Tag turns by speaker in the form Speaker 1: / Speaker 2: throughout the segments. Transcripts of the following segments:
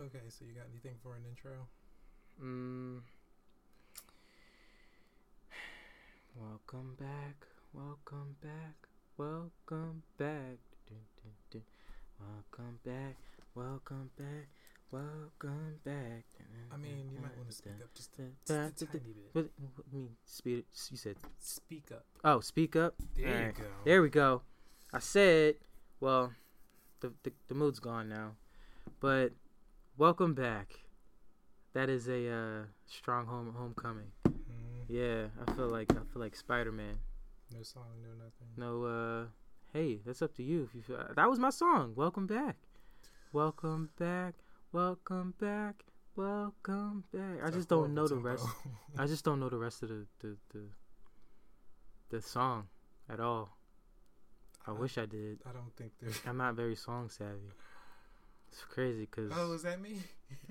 Speaker 1: Okay, so you got anything for an intro?
Speaker 2: Mm. Welcome back, welcome back, welcome back. Dun, dun, dun. Welcome back, welcome back, welcome back.
Speaker 1: I mean, you might want to speak up just, a-
Speaker 2: Da-
Speaker 1: just a
Speaker 2: da- da-
Speaker 1: tiny bit.
Speaker 2: What, what do you mean? Speed it. You said.
Speaker 1: Speak up.
Speaker 2: Oh, speak up.
Speaker 1: There you
Speaker 2: Alright.
Speaker 1: go.
Speaker 2: There we go. I said. Well, the the, the mood's gone now, but welcome back. That is a uh, strong home homecoming.
Speaker 1: Mhm.
Speaker 2: Yeah, I feel like I feel like Spider Man.
Speaker 1: No song, no nothing.
Speaker 2: No, uh, hey, that's up to you. If you feel, uh, that was my song. Welcome back, welcome back, welcome back, welcome back. I
Speaker 1: It's a
Speaker 2: just don't
Speaker 1: horrible
Speaker 2: know the
Speaker 1: tempo.
Speaker 2: rest. I just don't know the rest of the the the, the song at all. I
Speaker 1: Uh,
Speaker 2: wish I did.
Speaker 1: I don't think there's.
Speaker 2: I'm not very song savvy. It's crazy because
Speaker 1: Oh, is that me?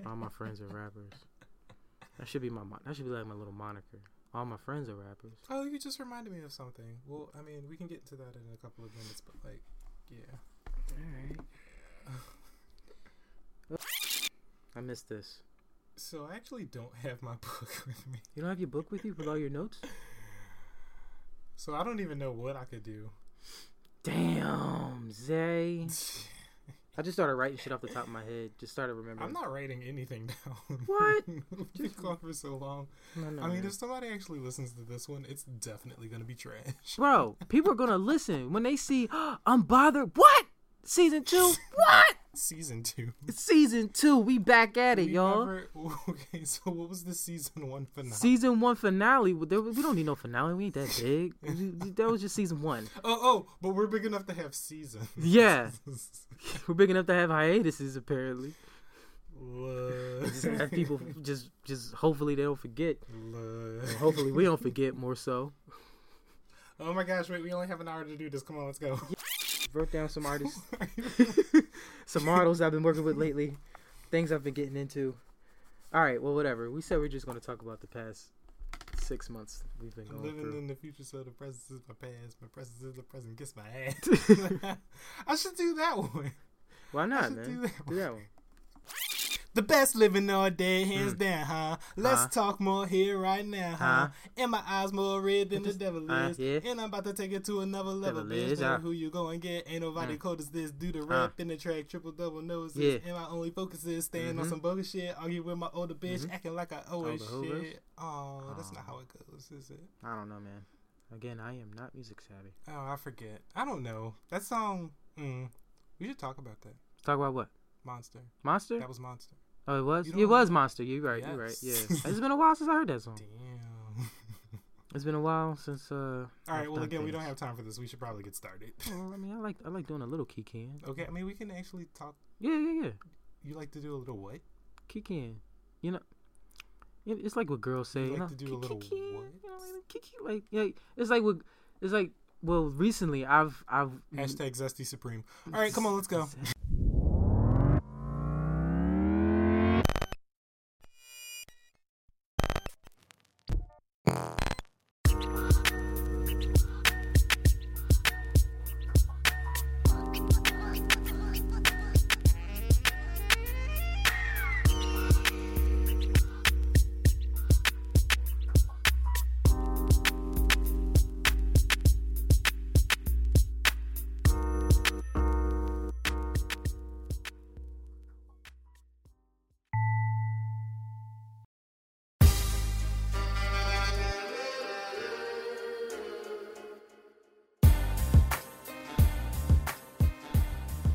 Speaker 2: all my friends are rappers. That should be my mon- that should be like my little moniker. All my friends are rappers.
Speaker 1: Oh, you just reminded me of something. Well, I mean, we can get into that in a couple of minutes, but like, yeah.
Speaker 2: All right. I missed this.
Speaker 1: So I actually don't have my book with me,
Speaker 2: You don't have your book with you with all your notes?
Speaker 1: so I don't even know what I could do.
Speaker 2: Damn, Zay. I just started writing shit off the top of my head. Just started remembering.
Speaker 1: I'm not writing anything down.
Speaker 2: What?
Speaker 1: We've been gone for so long.
Speaker 2: No, no,
Speaker 1: I mean,
Speaker 2: no.
Speaker 1: if somebody actually listens to this one, it's definitely gonna be trash.
Speaker 2: bro, people are gonna listen when they see I'm bothered. What? Season two? What?
Speaker 1: Season two.
Speaker 2: It's season two. We back at it,
Speaker 1: We
Speaker 2: y'all.
Speaker 1: never- okay, so what was the season one finale?
Speaker 2: Season one finale. w- there- We don't need no finale. We ain't that big. We- we- that was just season one.
Speaker 1: oh, oh, but we're big enough to have seasons.
Speaker 2: Yeah. We're big enough to have hiatuses, apparently.
Speaker 1: Look.
Speaker 2: Just have people just, just hopefully they don't forget.
Speaker 1: Look.
Speaker 2: Hopefully we don't forget more so.
Speaker 1: Oh my gosh! Wait, we only have an hour to do this. Come on, let's go.
Speaker 2: Wrote down some artists, some models I've been working with lately, things I've been getting into. All right, well, whatever. We said we're just going to talk about the past six months we've been
Speaker 1: I'm
Speaker 2: going
Speaker 1: living
Speaker 2: through.
Speaker 1: in the future, so the present is my past. My present is the present. Kiss my ass. I should do that one.
Speaker 2: Why
Speaker 1: I
Speaker 2: not,
Speaker 1: should do
Speaker 2: man?
Speaker 1: that
Speaker 2: Do
Speaker 1: one.
Speaker 2: that one.
Speaker 1: The best living all day, hands down, Hmm. huh? Let's
Speaker 2: Huh?
Speaker 1: talk more here right now, huh?
Speaker 2: Huh?
Speaker 1: And my eyes more red than the devil
Speaker 2: uh,
Speaker 1: is.
Speaker 2: yeah.
Speaker 1: And I'm about to take it to another level,
Speaker 2: Devil
Speaker 1: bitch.
Speaker 2: is,
Speaker 1: Better
Speaker 2: uh.
Speaker 1: who you going get? Ain't nobody
Speaker 2: Mm.
Speaker 1: cold as this. Do the rap in the track, triple double noses.
Speaker 2: Yeah.
Speaker 1: And my only focus is staying on
Speaker 2: Mhm.
Speaker 1: some bogus shit. Argue with my older bitch,
Speaker 2: Mhm.
Speaker 1: acting like I owe her
Speaker 2: Older who, Russ?
Speaker 1: shit. Oh, that's not
Speaker 2: Oh.
Speaker 1: how it goes, is it?
Speaker 2: I don't know, man. Again, I am not music savvy.
Speaker 1: Oh, I forget. I don't know. That song. Mm, we should talk about that.
Speaker 2: Talk about what?
Speaker 1: Monster.
Speaker 2: Monster?
Speaker 1: That was Monster.
Speaker 2: Oh, it was.
Speaker 1: You
Speaker 2: It
Speaker 1: don't
Speaker 2: was Monster. You right. You right.
Speaker 1: Yes.
Speaker 2: Yeah. It's been a while since I heard that song.
Speaker 1: Damn.
Speaker 2: It's been a while since. uh
Speaker 1: All right.
Speaker 2: I've
Speaker 1: Well,
Speaker 2: done
Speaker 1: again, we don't
Speaker 2: things.
Speaker 1: have time for this. We should probably get started.
Speaker 2: Well, I mean, I like I like doing a little kikiing.
Speaker 1: Okay. I mean, we can actually talk.
Speaker 2: Yeah, yeah, yeah.
Speaker 1: You like to do a little what?
Speaker 2: Mm-hmm. Kikiing. You know, it- it's like what girls say.
Speaker 1: You
Speaker 2: You,
Speaker 1: like
Speaker 2: know,
Speaker 1: to do a little
Speaker 2: kikiing, You know,
Speaker 1: what?
Speaker 2: like, kiki, like yeah. It's like what. It's like well, recently I've I've.
Speaker 1: Hashtag Zesty Supreme. All right. Come on. Let's go.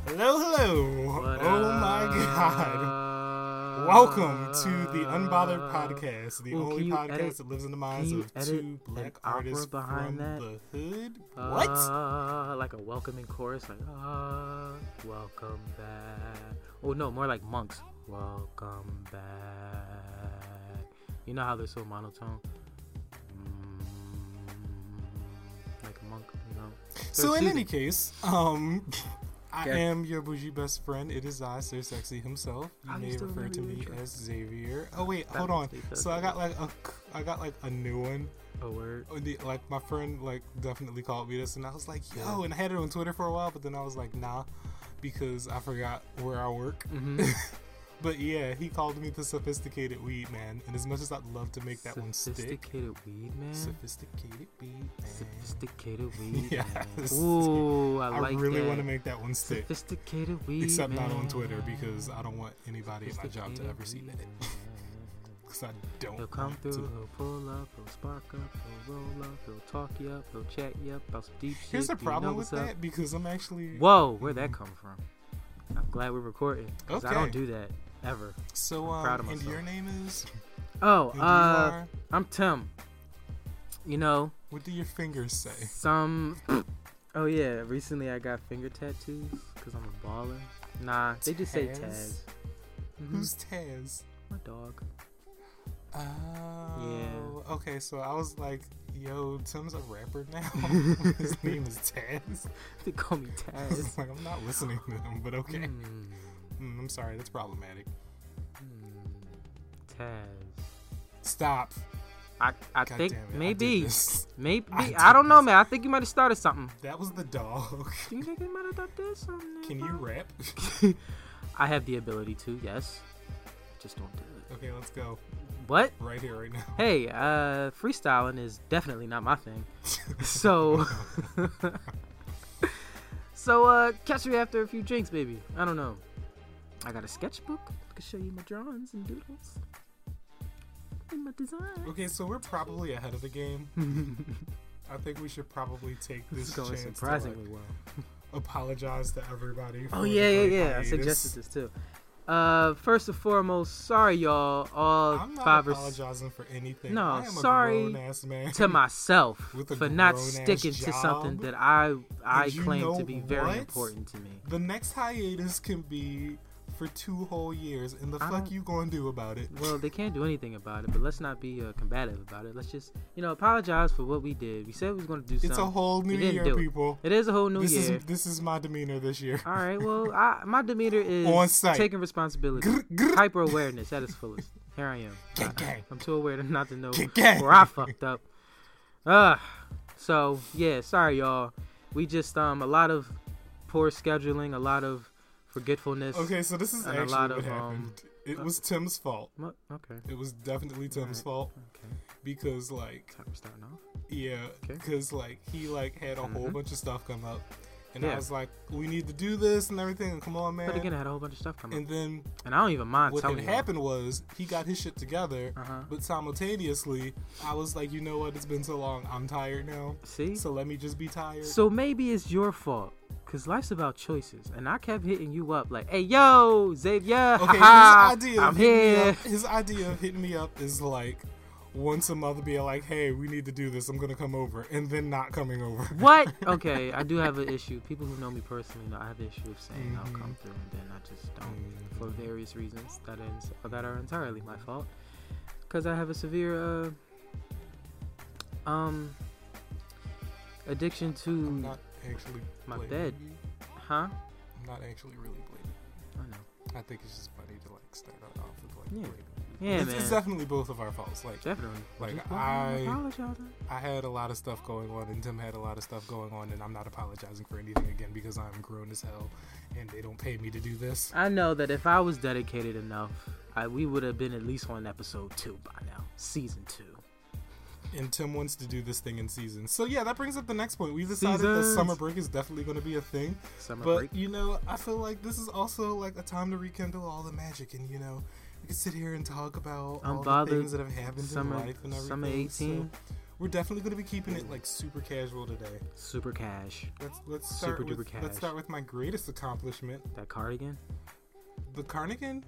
Speaker 1: Hello. Hello.
Speaker 2: What
Speaker 1: oh my God.
Speaker 2: up?
Speaker 1: Welcome to the Unbothered Podcast, the
Speaker 2: Ooh, can
Speaker 1: only
Speaker 2: you
Speaker 1: podcast
Speaker 2: edit-
Speaker 1: that lives in the minds
Speaker 2: you
Speaker 1: of
Speaker 2: edit
Speaker 1: two
Speaker 2: an
Speaker 1: black
Speaker 2: opera
Speaker 1: artists
Speaker 2: behind
Speaker 1: from
Speaker 2: that?
Speaker 1: the hood. What?
Speaker 2: Uh, like a welcoming chorus, like uh, welcome back. Oh no, more like monks. Welcome back. You know how they're so monotone. Mm, like a monk, you know.
Speaker 1: So
Speaker 2: Third
Speaker 1: in
Speaker 2: season.
Speaker 1: any case, um, I
Speaker 2: Okay.
Speaker 1: am your bougie best friend. It is I, Sir Sexy himself. You
Speaker 2: Oh, you
Speaker 1: may
Speaker 2: still
Speaker 1: refer to
Speaker 2: remember the
Speaker 1: me
Speaker 2: intro.
Speaker 1: as Xavier. Oh wait,
Speaker 2: That
Speaker 1: hold on.
Speaker 2: makes me feel
Speaker 1: So I
Speaker 2: good.
Speaker 1: got like a, I got like a new one.
Speaker 2: a word.
Speaker 1: Oh, the- Like my friend like definitely called me this, and I was like, yo, and I had it on Twitter for a while, but then I was like, nah, because I forgot where I work.
Speaker 2: Mhm.
Speaker 1: But yeah, he called me the sophisticated weed man, and as much as I'd love to make that one stick,
Speaker 2: Sophisticated weed man.
Speaker 1: sophisticated weed man.
Speaker 2: Sophisticated weed
Speaker 1: Yeah,
Speaker 2: man.
Speaker 1: this is-
Speaker 2: Ooh, I,
Speaker 1: I,
Speaker 2: like
Speaker 1: really
Speaker 2: that.
Speaker 1: want to make that one stick,
Speaker 2: Sophisticated weed
Speaker 1: except
Speaker 2: man.
Speaker 1: not on Twitter because I don't want anybody at my job to ever see that. Because I don't.
Speaker 2: He'll come
Speaker 1: want
Speaker 2: through,
Speaker 1: to.
Speaker 2: he'll pull up, he'll spark up, he'll roll up, he'll talk you up, he'll chat you up about some deep shit.
Speaker 1: Here's the
Speaker 2: do you know
Speaker 1: problem with
Speaker 2: what's up?
Speaker 1: that because I'm actually
Speaker 2: Whoa, where'd that come from? I'm glad we're recording. Because I don't
Speaker 1: Okay.
Speaker 2: do that ever.
Speaker 1: so.
Speaker 2: I'm proud
Speaker 1: Um,
Speaker 2: of
Speaker 1: and
Speaker 2: myself.
Speaker 1: your name is.
Speaker 2: Oh,
Speaker 1: And you
Speaker 2: uh,
Speaker 1: are-
Speaker 2: I'm Tim. You know,
Speaker 1: What do your fingers say?
Speaker 2: some. Oh, yeah, recently I got finger tattoos because I'm a baller. Nah, they just say
Speaker 1: Taz?
Speaker 2: Taz. Mhm,
Speaker 1: Who's Taz?
Speaker 2: my dog?
Speaker 1: Oh. Okay, so I was like, yo, Tim's a rapper now. His name is Taz.
Speaker 2: They call me
Speaker 1: I
Speaker 2: Taz.
Speaker 1: was like, I'm not listening to him, but okay. Mm.
Speaker 2: Mm,
Speaker 1: I'm sorry, that's problematic.
Speaker 2: mm, Taz.
Speaker 1: Stop.
Speaker 2: I, I
Speaker 1: Hmm. God
Speaker 2: think
Speaker 1: damn it. I did
Speaker 2: maybe,
Speaker 1: this.
Speaker 2: maybe
Speaker 1: I
Speaker 2: I,
Speaker 1: did
Speaker 2: don't know,
Speaker 1: this.
Speaker 2: man. I think you might have started something.
Speaker 1: That was the dog.
Speaker 2: You think you might have done this something?
Speaker 1: Can you rap?
Speaker 2: you? I have the ability to, yes. Just don't do it.
Speaker 1: Okay, let's go.
Speaker 2: What?
Speaker 1: Right here, right now.
Speaker 2: Hey, uh, freestyling is definitely not my thing. So, so uh, catch me after a few drinks, baby. I don't know. I got a sketchbook. I can show you my drawings and doodles and my design.
Speaker 1: Okay, so we're probably ahead of the game. I think we should probably take
Speaker 2: This
Speaker 1: this,
Speaker 2: is going
Speaker 1: chance to
Speaker 2: surprisingly well.
Speaker 1: like, apologize to everybody. For
Speaker 2: Oh
Speaker 1: the
Speaker 2: yeah, yeah,
Speaker 1: great
Speaker 2: yeah. I
Speaker 1: hiatus.
Speaker 2: suggested this too. Uh, first and foremost, sorry y'all, all
Speaker 1: I'm not
Speaker 2: five or s-
Speaker 1: apologizing for anything.
Speaker 2: No,
Speaker 1: I am
Speaker 2: sorry
Speaker 1: a grown ass man.
Speaker 2: to myself
Speaker 1: With a
Speaker 2: for not
Speaker 1: grown-ass
Speaker 2: sticking to something
Speaker 1: job.
Speaker 2: that I I
Speaker 1: And you
Speaker 2: claim
Speaker 1: know
Speaker 2: to be very
Speaker 1: what?
Speaker 2: important to me.
Speaker 1: The next hiatus can be for two whole years, and the
Speaker 2: I
Speaker 1: fuck
Speaker 2: don't-
Speaker 1: you gonna do about it?
Speaker 2: Well, they can't do anything about it, but let's not be uh, combative about it. Let's just you know apologize for what we did. We said we was gonna do
Speaker 1: it's a
Speaker 2: something.
Speaker 1: whole
Speaker 2: we
Speaker 1: new
Speaker 2: didn't
Speaker 1: year,
Speaker 2: do it.
Speaker 1: people.
Speaker 2: it is a whole new
Speaker 1: this
Speaker 2: year.
Speaker 1: is this is my demeanor this year.
Speaker 2: All right. Well, I, my demeanor is
Speaker 1: On site.
Speaker 2: taking responsibility,
Speaker 1: Grr, grr.
Speaker 2: hyper awareness at its fullest. Here I am.
Speaker 1: Gang, gang.
Speaker 2: I'm too aware to not to know
Speaker 1: Gang, gang.
Speaker 2: where I fucked up. Ugh. So yeah, sorry y'all. We just um a lot of poor scheduling, a lot of forgetfulness.
Speaker 1: Okay, so this is
Speaker 2: And a
Speaker 1: actually
Speaker 2: lot
Speaker 1: what
Speaker 2: of, um,
Speaker 1: happened. it
Speaker 2: uh,
Speaker 1: was Tim's fault.
Speaker 2: Mo- okay.
Speaker 1: It was definitely Tim's
Speaker 2: Alright.
Speaker 1: fault
Speaker 2: Okay.
Speaker 1: because, like,
Speaker 2: Time for starting off.
Speaker 1: yeah,
Speaker 2: Okay.
Speaker 1: because like he like had a whole
Speaker 2: Mhm.
Speaker 1: bunch of stuff come up, and I
Speaker 2: Yeah.
Speaker 1: was like, we need to do this and everything, and come on, man.
Speaker 2: But again, I had a whole bunch of stuff coming,
Speaker 1: and then
Speaker 2: up. and I don't even mind
Speaker 1: what had
Speaker 2: telling you.
Speaker 1: happened was he got his shit together,
Speaker 2: Uh huh.
Speaker 1: but simultaneously, I was like, you know what? It's been so long. I'm tired now.
Speaker 2: See.
Speaker 1: So let me just be tired.
Speaker 2: So maybe it's your fault. Cause life's about choices, and I kept hitting you up like, "Hey, yo, Xavier,
Speaker 1: okay, his
Speaker 2: haha,
Speaker 1: idea.
Speaker 2: I'm
Speaker 1: of hitting me
Speaker 2: here."
Speaker 1: Up, his idea of hitting me up is like once a month being like, hey, we need to do this. I'm gonna come over, and then not coming over.
Speaker 2: What? Okay, I do have an issue. People who know me personally know I have an issue of saying
Speaker 1: Mm-hmm.
Speaker 2: I'll come through and then I just don't for various reasons that is that are entirely my fault because I have a severe uh, um addiction
Speaker 1: I'm
Speaker 2: to
Speaker 1: not actually
Speaker 2: My
Speaker 1: blaming
Speaker 2: bed.
Speaker 1: you.
Speaker 2: huh?
Speaker 1: I'm not actually really blaming. you.
Speaker 2: I know.
Speaker 1: I think it's just funny to like start out off with like
Speaker 2: Yeah.
Speaker 1: blaming. you.
Speaker 2: Yeah,
Speaker 1: it's,
Speaker 2: man.
Speaker 1: it's definitely both of our faults. Like
Speaker 2: Definitely.
Speaker 1: like,
Speaker 2: Just why am
Speaker 1: I-
Speaker 2: apologizing.
Speaker 1: I had a lot of stuff going on, and Tim had a lot of stuff going on, and I'm not apologizing for anything again because I'm grown as hell, and they don't pay me to do this.
Speaker 2: I know that if I was dedicated enough, I, we would have been at least on episode two by now, season two.
Speaker 1: And Tim wants to do this thing in seasons. So yeah, that brings up the next point. We've decided
Speaker 2: Seasons.
Speaker 1: that summer break is definitely going to be a thing,
Speaker 2: Summer
Speaker 1: but
Speaker 2: break.
Speaker 1: you know, I feel like this is also like a time to rekindle all the magic, and you know, we could sit here and talk about all
Speaker 2: Unbothered
Speaker 1: the things that have happened
Speaker 2: Summer,
Speaker 1: in life and everything.
Speaker 2: summer
Speaker 1: so
Speaker 2: 18,
Speaker 1: we're definitely going to be keeping it like super casual today.
Speaker 2: super cash.
Speaker 1: Let's let's start
Speaker 2: Super duper
Speaker 1: with,
Speaker 2: cash.
Speaker 1: let's start with my greatest accomplishment,
Speaker 2: That cardigan.
Speaker 1: the Carnigan.
Speaker 2: That cardigan.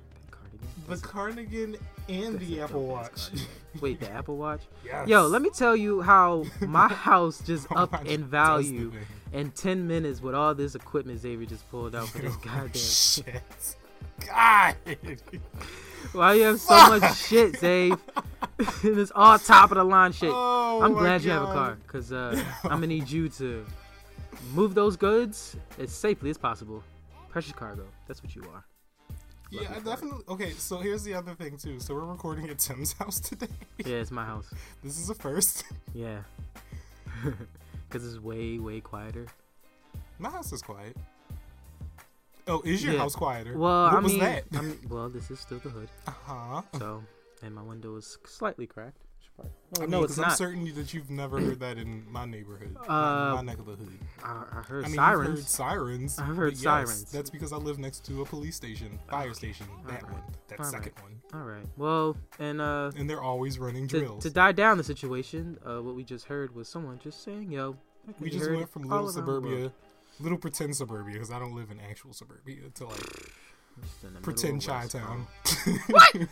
Speaker 1: The Carnegie and
Speaker 2: That's
Speaker 1: the
Speaker 2: a
Speaker 1: Apple
Speaker 2: dope-ass
Speaker 1: Watch.
Speaker 2: cardigan. Wait, the Apple Watch?
Speaker 1: Yes.
Speaker 2: Yo, let me tell you how my house just
Speaker 1: Oh my
Speaker 2: up in
Speaker 1: God,
Speaker 2: value
Speaker 1: that's
Speaker 2: in 10 minutes with all this equipment Xavier just pulled out for
Speaker 1: the
Speaker 2: this
Speaker 1: thing.
Speaker 2: goddamn.
Speaker 1: shit. God.
Speaker 2: Why you have so much shit, Xav? this all top of the line shit.
Speaker 1: Oh,
Speaker 2: I'm
Speaker 1: my
Speaker 2: glad you have a
Speaker 1: God.
Speaker 2: car because uh, I'm going to need you to move those goods as safely as possible. Precious cargo. That's what you are.
Speaker 1: Yeah, I
Speaker 2: Lucky
Speaker 1: definitely. Okay, so here's the other thing too. So we're recording at Tim's house today.
Speaker 2: Yeah, it's my house.
Speaker 1: This is a first.
Speaker 2: Yeah. Because it's way, way quieter.
Speaker 1: My house is quiet. Oh, is your
Speaker 2: Yeah.
Speaker 1: house quieter?
Speaker 2: Well,
Speaker 1: what
Speaker 2: I
Speaker 1: was
Speaker 2: mean,
Speaker 1: that?
Speaker 2: I mean, well, this is still the hood,
Speaker 1: Uh huh.
Speaker 2: so and my window is slightly cracked. Should probably-
Speaker 1: I
Speaker 2: no,
Speaker 1: mean,
Speaker 2: it's
Speaker 1: 'cause I'm
Speaker 2: not.
Speaker 1: certain that you've never heard that in my neighborhood,
Speaker 2: Uh,
Speaker 1: my, my neck of the hood.
Speaker 2: I, I heard
Speaker 1: I mean,
Speaker 2: sirens.
Speaker 1: you've heard sirens.
Speaker 2: I've heard
Speaker 1: but yes,
Speaker 2: sirens.
Speaker 1: That's because I live next to a police station, fire station. That
Speaker 2: Alright.
Speaker 1: one, that
Speaker 2: Alright.
Speaker 1: second one,
Speaker 2: All right. Well, and uh,
Speaker 1: and they're always running
Speaker 2: to,
Speaker 1: drills.
Speaker 2: to die down the situation, uh, what we just heard was someone just saying, "Yo, I can
Speaker 1: we
Speaker 2: be
Speaker 1: just
Speaker 2: heard
Speaker 1: went from
Speaker 2: all
Speaker 1: little
Speaker 2: around the world."
Speaker 1: suburbia, little pretend suburbia, because I don't live in actual suburbia, to like
Speaker 2: Just in the middle
Speaker 1: pretend
Speaker 2: of West
Speaker 1: Chi-town.
Speaker 2: Palm.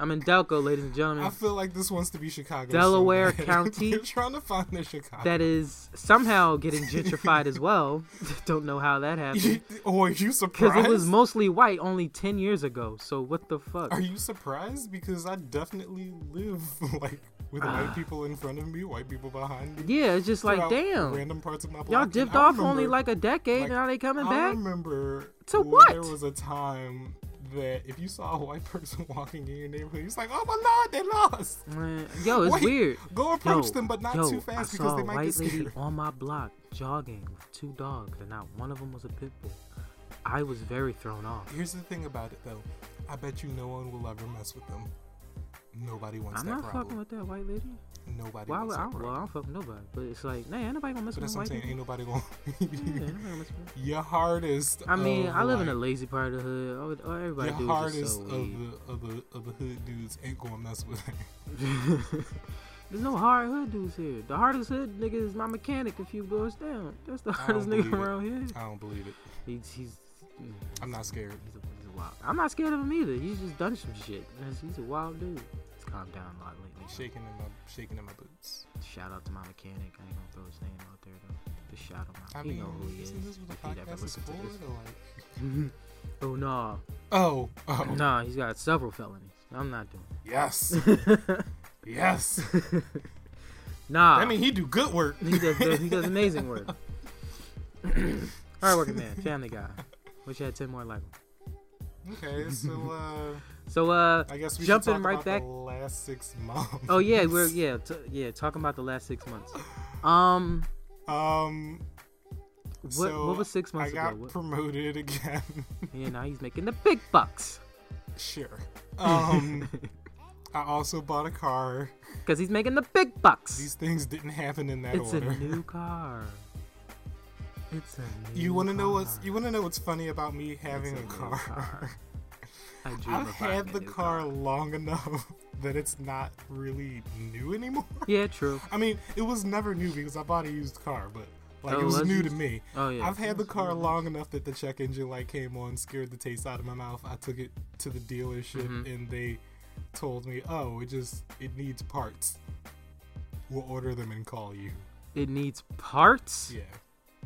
Speaker 2: I'm in Delco, ladies and gentlemen.
Speaker 1: I feel like this wants to be Chicago. so
Speaker 2: Delaware
Speaker 1: bad.
Speaker 2: County?
Speaker 1: They're trying to find their Chicago.
Speaker 2: that is somehow getting gentrified as well. Don't know how that happened.
Speaker 1: oh, are you
Speaker 2: Because
Speaker 1: surprised?
Speaker 2: it was mostly white only 10 years ago. So what the fuck?
Speaker 1: Are you surprised? Because I definitely live like with white people in front of me, white people behind me.
Speaker 2: Yeah, Ah. it's just like,
Speaker 1: throughout
Speaker 2: damn.
Speaker 1: Random parts of my block.
Speaker 2: Y'all
Speaker 1: And
Speaker 2: dipped
Speaker 1: I
Speaker 2: off
Speaker 1: remember-
Speaker 2: only like a decade.
Speaker 1: like,
Speaker 2: now they coming
Speaker 1: I
Speaker 2: back?
Speaker 1: remember
Speaker 2: To
Speaker 1: when
Speaker 2: what?
Speaker 1: there was a time that if you saw a white person walking in your neighborhood, you're like, oh my lord, they lost.
Speaker 2: Man, Yo, it's
Speaker 1: Wait,
Speaker 2: weird.
Speaker 1: Go
Speaker 2: Yo,
Speaker 1: approach them, but not
Speaker 2: yo,
Speaker 1: too
Speaker 2: I
Speaker 1: fast
Speaker 2: saw
Speaker 1: because they
Speaker 2: a
Speaker 1: might get
Speaker 2: white
Speaker 1: scared.
Speaker 2: lady on my block jogging with two dogs, and not one of them was a pit bull. I was very thrown off.
Speaker 1: Here's the thing about it though, I bet you no one will ever mess with them. Nobody wants
Speaker 2: I'm
Speaker 1: that
Speaker 2: not fucking
Speaker 1: problem.
Speaker 2: with that white lady.
Speaker 1: Nobody
Speaker 2: Why
Speaker 1: wants
Speaker 2: would I?
Speaker 1: that
Speaker 2: Well,
Speaker 1: problem.
Speaker 2: I don't fuck with nobody. But it's like, nah, ain't nobody gonna mess
Speaker 1: But
Speaker 2: with
Speaker 1: that's
Speaker 2: no
Speaker 1: what I'm
Speaker 2: white
Speaker 1: saying.
Speaker 2: people.
Speaker 1: Ain't
Speaker 2: Yeah, ain't
Speaker 1: nobody going.
Speaker 2: nobody gonna mess with
Speaker 1: Your hardest.
Speaker 2: I mean,
Speaker 1: of,
Speaker 2: I live in
Speaker 1: like,
Speaker 2: a lazy part of the hood. Oh, it- oh, everybody
Speaker 1: Your
Speaker 2: do is just
Speaker 1: hardest
Speaker 2: so
Speaker 1: of
Speaker 2: weak.
Speaker 1: the of the of the hood dudes ain't gonna mess with. it.
Speaker 2: There's no hard hood dudes here. The hardest hood nigga is my mechanic a few doors down. That's the
Speaker 1: don't
Speaker 2: hardest nigga
Speaker 1: believe it.
Speaker 2: around here.
Speaker 1: I don't believe it.
Speaker 2: He's he's. mm,
Speaker 1: I'm not scared.
Speaker 2: He's a, he's a wild. I'm not scared of him either. He's just done some shit. He's, he's a wild dude. He's calmed down a lot lately.
Speaker 1: Shaking in my shaking in my boots.
Speaker 2: Shout out to my mechanic. I ain't gonna throw his name out there though. Just shout him out.
Speaker 1: I
Speaker 2: he
Speaker 1: mean,
Speaker 2: know who he is.
Speaker 1: isn't this what
Speaker 2: if he'd
Speaker 1: the
Speaker 2: ever
Speaker 1: podcast is
Speaker 2: listen
Speaker 1: for?
Speaker 2: to
Speaker 1: To
Speaker 2: this.
Speaker 1: like,
Speaker 2: oh no,
Speaker 1: oh, oh,
Speaker 2: no, he's got several felonies. I'm not
Speaker 1: yes,
Speaker 2: doing. It.
Speaker 1: yes.
Speaker 2: nah.
Speaker 1: I mean, he do good work.
Speaker 2: He does, does- he does amazing work. Hard working man, family guy. Wish I had ten more like him.
Speaker 1: Okay, so uh,
Speaker 2: So uh
Speaker 1: I guess we
Speaker 2: Jumping
Speaker 1: should talk
Speaker 2: right
Speaker 1: about
Speaker 2: back-
Speaker 1: the last six months.
Speaker 2: oh yeah, we're yeah, t- yeah, talking about the last six months. Um
Speaker 1: um.
Speaker 2: what
Speaker 1: so
Speaker 2: what was six months
Speaker 1: I got
Speaker 2: ago? What,
Speaker 1: promoted again.
Speaker 2: yeah, now he's making the big bucks.
Speaker 1: sure. Um, I also bought a car.
Speaker 2: Cause he's making the big bucks.
Speaker 1: These things didn't happen in that
Speaker 2: it's
Speaker 1: order.
Speaker 2: a new car. It's a new
Speaker 1: you want to know what's
Speaker 2: car.
Speaker 1: you want to know what's funny about me having
Speaker 2: It's
Speaker 1: a
Speaker 2: new
Speaker 1: car?
Speaker 2: I dream
Speaker 1: I've
Speaker 2: of buying
Speaker 1: had
Speaker 2: a
Speaker 1: the
Speaker 2: new
Speaker 1: car long enough that it's not really new anymore.
Speaker 2: Yeah, true.
Speaker 1: I mean, it was never new because I bought a used car, but like
Speaker 2: Oh,
Speaker 1: it was
Speaker 2: was
Speaker 1: new
Speaker 2: it?
Speaker 1: to me.
Speaker 2: Oh yeah.
Speaker 1: I've had the
Speaker 2: That's
Speaker 1: car
Speaker 2: really-
Speaker 1: long enough that the check engine light came on, scared the taste out of my mouth. I took it to the dealership
Speaker 2: Mhm.
Speaker 1: and they told me, "Oh, it just it needs parts. We'll order them and call you."
Speaker 2: It needs parts.
Speaker 1: Yeah.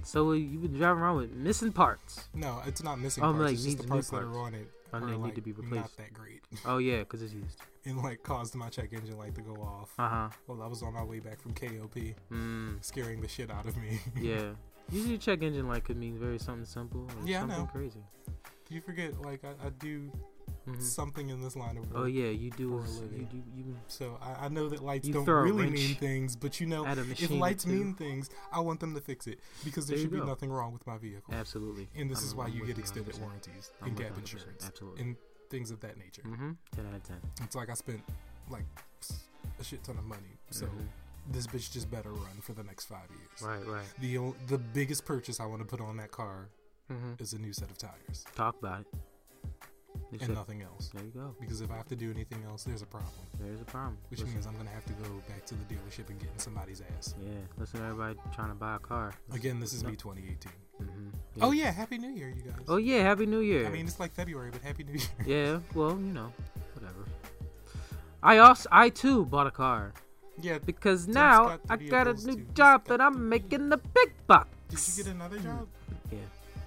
Speaker 2: So uh, you've been driving around with missing parts.
Speaker 1: No, it's not missing
Speaker 2: Oh,
Speaker 1: parts.
Speaker 2: like,
Speaker 1: it's just the
Speaker 2: needs new
Speaker 1: parts that
Speaker 2: parts.
Speaker 1: are on it
Speaker 2: Oh,
Speaker 1: are
Speaker 2: they need
Speaker 1: like,
Speaker 2: to be
Speaker 1: not
Speaker 2: replaced.
Speaker 1: that great,
Speaker 2: Oh yeah, because it's used.
Speaker 1: and like caused my check engine light to go off.
Speaker 2: Uh huh.
Speaker 1: Well, I was on my way back from KOP,
Speaker 2: Mm,
Speaker 1: scaring the shit out of me.
Speaker 2: yeah. Usually, check engine light could mean very something simple or
Speaker 1: Yeah, I
Speaker 2: something
Speaker 1: know.
Speaker 2: crazy.
Speaker 1: you forget, like I, I do
Speaker 2: Mhm.
Speaker 1: something in this line of work.
Speaker 2: Oh yeah, you do.
Speaker 1: For a
Speaker 2: s- You
Speaker 1: living.
Speaker 2: do. You
Speaker 1: So I, I know that lights
Speaker 2: You
Speaker 1: don't
Speaker 2: throw a
Speaker 1: really
Speaker 2: wrench
Speaker 1: mean things, but you know,
Speaker 2: at a machine.
Speaker 1: if
Speaker 2: or
Speaker 1: lights
Speaker 2: two.
Speaker 1: mean things, I want them to fix it because there,
Speaker 2: There you
Speaker 1: should be
Speaker 2: go.
Speaker 1: nothing wrong with my vehicle.
Speaker 2: absolutely.
Speaker 1: And this
Speaker 2: I'm-
Speaker 1: is why
Speaker 2: I'm
Speaker 1: you
Speaker 2: with
Speaker 1: get
Speaker 2: 100%.
Speaker 1: extended warranties
Speaker 2: I'm
Speaker 1: and
Speaker 2: with
Speaker 1: gap
Speaker 2: 100%,
Speaker 1: insurance
Speaker 2: Absolutely.
Speaker 1: and things of that nature.
Speaker 2: Mm-hmm. Ten out of ten.
Speaker 1: It's like I spent like s- a shit ton of money, so
Speaker 2: Mhm.
Speaker 1: this bitch just better run for the next five years.
Speaker 2: Right, right.
Speaker 1: The o- the biggest purchase I want to put on that car
Speaker 2: Mm-hmm.
Speaker 1: is a new set of tires
Speaker 2: Talk about it. They
Speaker 1: and
Speaker 2: said-
Speaker 1: nothing else.
Speaker 2: there you go.
Speaker 1: Because if I have to do anything else, there's a problem.
Speaker 2: There's a problem.
Speaker 1: Which
Speaker 2: Listen-
Speaker 1: means I'm gonna have to go back to the dealership and get in somebody's ass.
Speaker 2: yeah. Listen, to everybody trying to buy a car.
Speaker 1: Again, this is me 2018.
Speaker 2: Mm-hmm.
Speaker 1: Oh yeah, happy New Year, you guys.
Speaker 2: Oh yeah. Happy New Year.
Speaker 1: I mean, it's like February, but happy New Year.
Speaker 2: Yeah, well, you know, whatever. I also, I too bought a car
Speaker 1: yeah.
Speaker 2: because
Speaker 1: Tim's
Speaker 2: now
Speaker 1: got to
Speaker 2: I
Speaker 1: be
Speaker 2: got a
Speaker 1: opposed
Speaker 2: new
Speaker 1: to- he's
Speaker 2: job
Speaker 1: got
Speaker 2: and
Speaker 1: to
Speaker 2: I'm
Speaker 1: be.
Speaker 2: making the big
Speaker 1: Did
Speaker 2: bucks.
Speaker 1: you get another job?
Speaker 2: Yeah,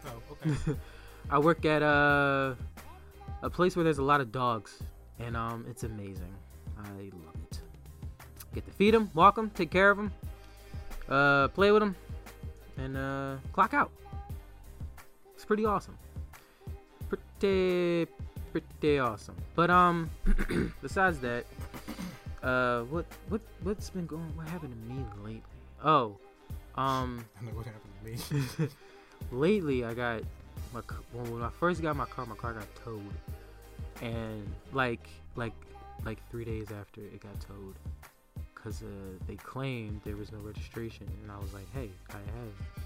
Speaker 1: Oh, okay.
Speaker 2: I work at a a place where there's a lot of dogs, and um, it's amazing. I love it. Get to feed them, walk them, take care of them, uh, play with them, and uh, clock out. It's pretty awesome. Pretty, pretty awesome. But um, besides that, uh, what what what's been going? What happened to me lately? Oh, um,
Speaker 1: I know what happened to me.
Speaker 2: lately I got my c- when when I first got my car, my car got towed, and like like like three days after it got towed, cause uh, they claimed there was no registration, and I was like, hey, I have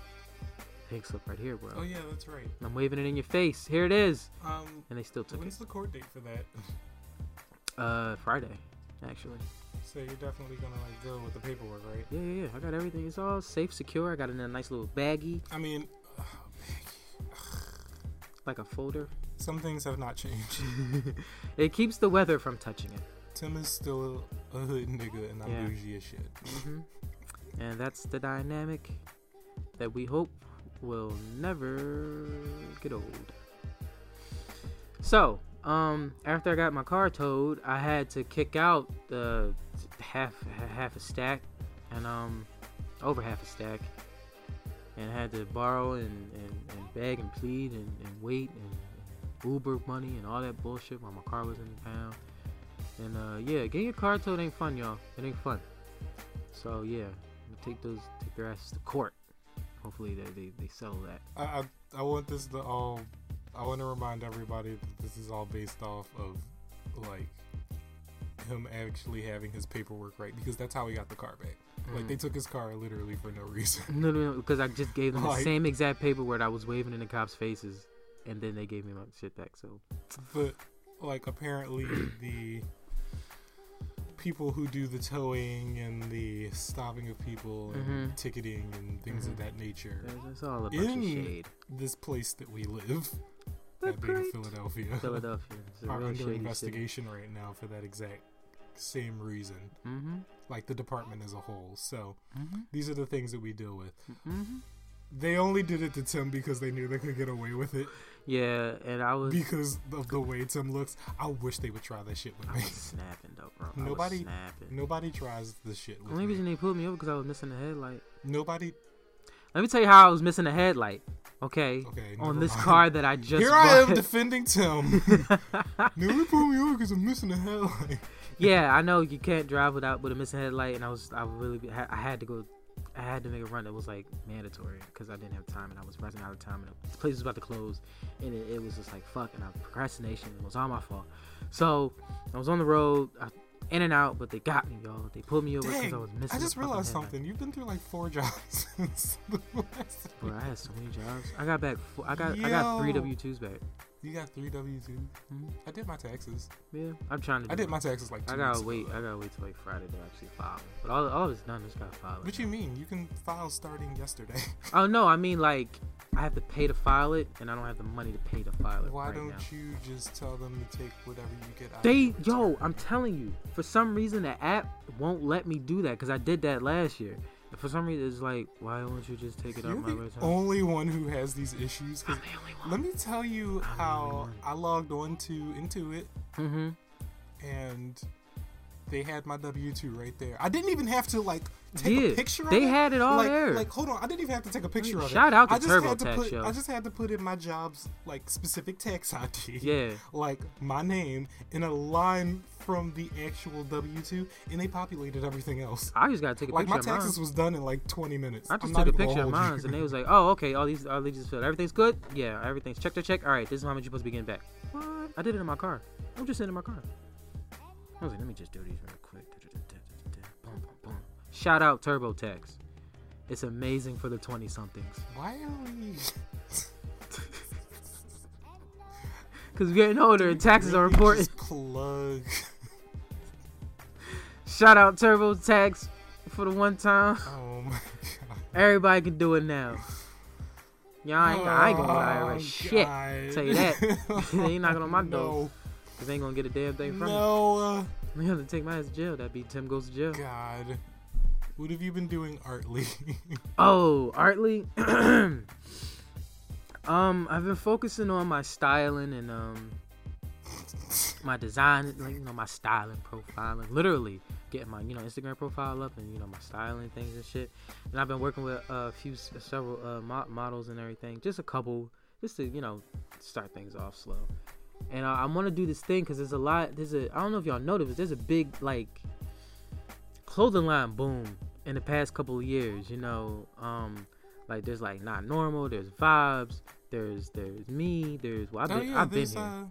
Speaker 2: pink slip right here, bro.
Speaker 1: Oh yeah, that's right.
Speaker 2: I'm waving it in your face. Here it is,
Speaker 1: Um,
Speaker 2: and they still took
Speaker 1: when's the court date for that?
Speaker 2: it. Uh, Friday, actually.
Speaker 1: So you're definitely gonna like go with the paperwork, right?
Speaker 2: Yeah, yeah, yeah. I got everything. It's all safe, secure. I got it in a nice little baggie,
Speaker 1: I mean,
Speaker 2: like a folder.
Speaker 1: some things have not changed.
Speaker 2: It keeps the weather from touching it.
Speaker 1: Tim is still a hood nigga, and I'm
Speaker 2: Yeah.
Speaker 1: bougie as shit.
Speaker 2: hmm And that's the dynamic that we hope will never get old. So, um, after I got my car towed, I had to kick out the half half a stack, and um, over half a stack, and had to borrow and, and, and beg and plead and, and wait and, and Uber money and all that bullshit while my car was in the pound. And uh, yeah, getting your car towed ain't fun, y'all. It ain't fun. So yeah, I'm gonna take those take their asses to court. Hopefully they they, they settle that.
Speaker 1: I, I I want this to all. I want to remind everybody that this is all based off of like him actually having his paperwork right because that's how he got the car back. Like
Speaker 2: Mm.
Speaker 1: they took his car literally for no reason.
Speaker 2: No, no, no, because I just gave them the
Speaker 1: Like-
Speaker 2: same exact paperwork I was waving in the cops' faces, and then they gave me my shit back. So
Speaker 1: but like apparently the people who do the towing and the stopping of people and
Speaker 2: Mhm.
Speaker 1: ticketing and things
Speaker 2: Mhm.
Speaker 1: of that nature.
Speaker 2: it's it's all a bunch of
Speaker 1: In
Speaker 2: shade.
Speaker 1: This place that we live,
Speaker 2: They're
Speaker 1: that being
Speaker 2: great.
Speaker 1: Philadelphia,
Speaker 2: Philadelphia, it's a
Speaker 1: are
Speaker 2: real
Speaker 1: under
Speaker 2: shady city.
Speaker 1: investigation right now for that exact same reason.
Speaker 2: Mm-hmm.
Speaker 1: like the department as a whole. So
Speaker 2: Mm-hmm.
Speaker 1: these are the things that we deal with.
Speaker 2: Mm-hmm.
Speaker 1: They only did it to Tim because they knew they could get away with it
Speaker 2: Yeah, and I was
Speaker 1: because of the way Tim looks. I wish they would try that shit with
Speaker 2: I
Speaker 1: me.
Speaker 2: was snapping though, bro. I
Speaker 1: Nobody-
Speaker 2: was snapping.
Speaker 1: Nobody tries the shit
Speaker 2: The
Speaker 1: with
Speaker 2: only reason
Speaker 1: me.
Speaker 2: they pulled me over because I was missing the headlight.
Speaker 1: Nobody.
Speaker 2: Let me tell you how I was missing the headlight. Okay.
Speaker 1: Okay.
Speaker 2: on
Speaker 1: never
Speaker 2: this
Speaker 1: mind.
Speaker 2: car that I just
Speaker 1: Here I am
Speaker 2: bought.
Speaker 1: defending Tim. Nobody pulled me over because I'm missing the headlight.
Speaker 2: yeah, I know you can't drive without with a missing headlight, and I was I really ha- I had to go, I had to make a run that was like mandatory because I didn't have time and I was running out of time and the place was about to close, and it, it was just like fuck, and I procrastination it was all my fault. So I was on the road, I, in and out, but they got me, y'all. They pulled me over because
Speaker 1: Dang.
Speaker 2: I was missing.
Speaker 1: I
Speaker 2: the
Speaker 1: just
Speaker 2: fucking
Speaker 1: realized
Speaker 2: headlight.
Speaker 1: something. You've been through like four jobs since the last.
Speaker 2: Bro, I had so many jobs. I got back. Four, I got I got three
Speaker 1: Yo.
Speaker 2: W twos back.
Speaker 1: You got three W two.
Speaker 2: Mhm.
Speaker 1: I did my taxes.
Speaker 2: Yeah, I'm trying to. Do
Speaker 1: I did
Speaker 2: my.
Speaker 1: my taxes like. Two
Speaker 2: I
Speaker 1: weeks
Speaker 2: gotta
Speaker 1: ago.
Speaker 2: wait. I gotta wait till like Friday to actually file. 'em. But all all it's done is gotta file. it.
Speaker 1: What you mean? You can file starting yesterday.
Speaker 2: Oh no, I mean like I have to pay to file it, and I don't have the money to pay to file it
Speaker 1: Why
Speaker 2: right
Speaker 1: don't
Speaker 2: now.
Speaker 1: you just tell them to take whatever you get out
Speaker 2: They,
Speaker 1: of your
Speaker 2: yo,
Speaker 1: return?
Speaker 2: I'm telling you, for some reason the app won't let me do that because I did that last year. And for some reason, it's like, why won't you just take it out
Speaker 1: You're
Speaker 2: my
Speaker 1: the
Speaker 2: return?
Speaker 1: only one who has these issues. 'cause
Speaker 2: I'm the only one.
Speaker 1: Let me tell you
Speaker 2: I'm the
Speaker 1: how
Speaker 2: only one.
Speaker 1: I logged on to Intuit
Speaker 2: Mm-hmm.
Speaker 1: and they had my W two right there. I didn't even have to like take
Speaker 2: Yeah,
Speaker 1: a picture. of
Speaker 2: they
Speaker 1: it.
Speaker 2: had it all
Speaker 1: like,
Speaker 2: there.
Speaker 1: Like, hold on, I didn't even have to take a picture of it.
Speaker 2: Shout out to
Speaker 1: I just had
Speaker 2: TurboTax,
Speaker 1: to put,
Speaker 2: yo.
Speaker 1: I just had to put in my job's like specific tax ID.
Speaker 2: Yeah.
Speaker 1: like my name in a line from the actual W two, and they populated everything else.
Speaker 2: I just gotta take a
Speaker 1: Like
Speaker 2: picture
Speaker 1: my
Speaker 2: of mine.
Speaker 1: taxes was done in like 20 minutes.
Speaker 2: I
Speaker 1: I'm
Speaker 2: just
Speaker 1: not
Speaker 2: took a
Speaker 1: even gonna
Speaker 2: picture of
Speaker 1: hold
Speaker 2: mine,
Speaker 1: you.
Speaker 2: and they was like, "Oh, okay, all these, all these just filled. Everything's good. Yeah, everything's check, check, check. All right, this is how much you're supposed to be getting back." What? I did it in my car. I'm just sitting in my car. I was like, "Let me just do these real quick." Boom, boom, boom. Shout out TurboTax. It's amazing for the twenty somethings
Speaker 1: Why are we?
Speaker 2: because we're getting older and taxes are
Speaker 1: really
Speaker 2: important.
Speaker 1: just Plug.
Speaker 2: Shout out TurboTax for the one time.
Speaker 1: Oh my
Speaker 2: Everybody can do it now. Y'all
Speaker 1: god.
Speaker 2: ain't, I ain't gonna lie,
Speaker 1: Oh,
Speaker 2: right? Shit, Tell you
Speaker 1: that.
Speaker 2: They ain't knocking on my
Speaker 1: no.
Speaker 2: door. 'cause they ain't gonna get a damn thing from me.
Speaker 1: No.
Speaker 2: We have to take my ass to jail. That'd be Tim goes to jail.
Speaker 1: uh, God. What have you been doing, Artley?
Speaker 2: Oh, Artley. um, I've been focusing on my styling and um my design, like you know, my styling profiling. Literally getting my you know Instagram profile up and you know my styling things and shit. And I've been working with a few s- several uh, mo- models and everything, just a couple, just to you know start things off slow. And I, I want to do this thing because there's a lot. There's a I don't know if y'all noticed. There's a big like clothing line boom in the past couple of years. You know, um, Like there's like not normal. There's vibes. There's there's me. There's well, I've
Speaker 1: oh
Speaker 2: been,
Speaker 1: yeah,
Speaker 2: I've been
Speaker 1: there's
Speaker 2: here.
Speaker 1: uh,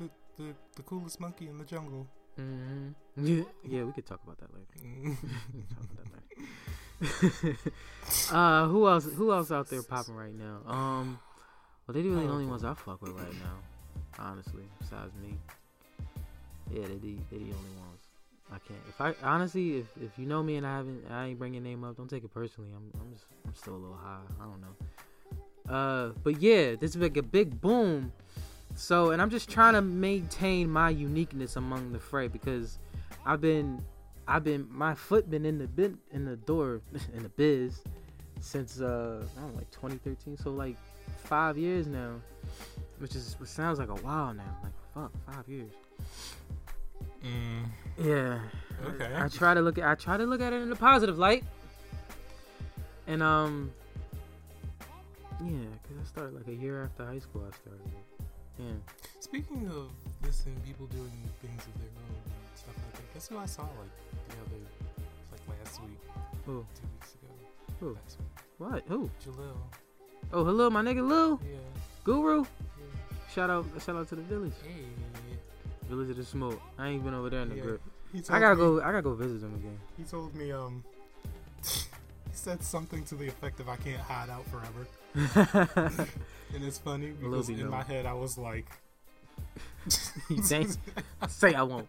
Speaker 1: the, the the coolest monkey in the jungle.
Speaker 2: hmm yeah, we could talk about that later.
Speaker 1: Mm.
Speaker 2: We could talk about that later. uh, who else? Who else out there popping right now? Um, well, they do really the only ones I fuck with right now, honestly. Besides me, yeah, they the they the only ones. I can't. If I honestly, if, if you know me and I haven't, I ain't bring your name up. Don't take it personally. I'm I'm just I'm still a little high. I don't know. Uh, but yeah, this is like a big boom. So, and I'm just trying to maintain my uniqueness among the fray because I've been, I've been, my foot been in the bin, in the door, in the biz since, uh, I don't know, like 2013. So, like five years now, which is, which sounds like a while now. Like, fuck, five years.
Speaker 1: Mm,
Speaker 2: Yeah.
Speaker 1: okay.
Speaker 2: I try to look at I try to look at it in a positive light. And um yeah, cuz I started like a year after high school I started. it. Yeah.
Speaker 1: Speaking of this and people doing things of their own and stuff like that, guess who I saw like the other, like last week,
Speaker 2: Who?
Speaker 1: two weeks ago,
Speaker 2: Who?
Speaker 1: last week,
Speaker 2: oh, What? Who?
Speaker 1: Jalil.
Speaker 2: Oh, hello my nigga Lou.
Speaker 1: Yeah.
Speaker 2: Guru.
Speaker 1: yeah.
Speaker 2: Shout out shout out to the village.
Speaker 1: Hey.
Speaker 2: Village of the Smoke. I ain't been over there in the
Speaker 1: Yeah.
Speaker 2: grip.
Speaker 1: He
Speaker 2: I
Speaker 1: told
Speaker 2: got to
Speaker 1: me-
Speaker 2: go I got to go visit them again.
Speaker 1: He told me um. He said something to the effect of "I can't hide out forever," and it's funny because
Speaker 2: bit
Speaker 1: in
Speaker 2: no.
Speaker 1: my head I was like,
Speaker 2: you think? Say I won't.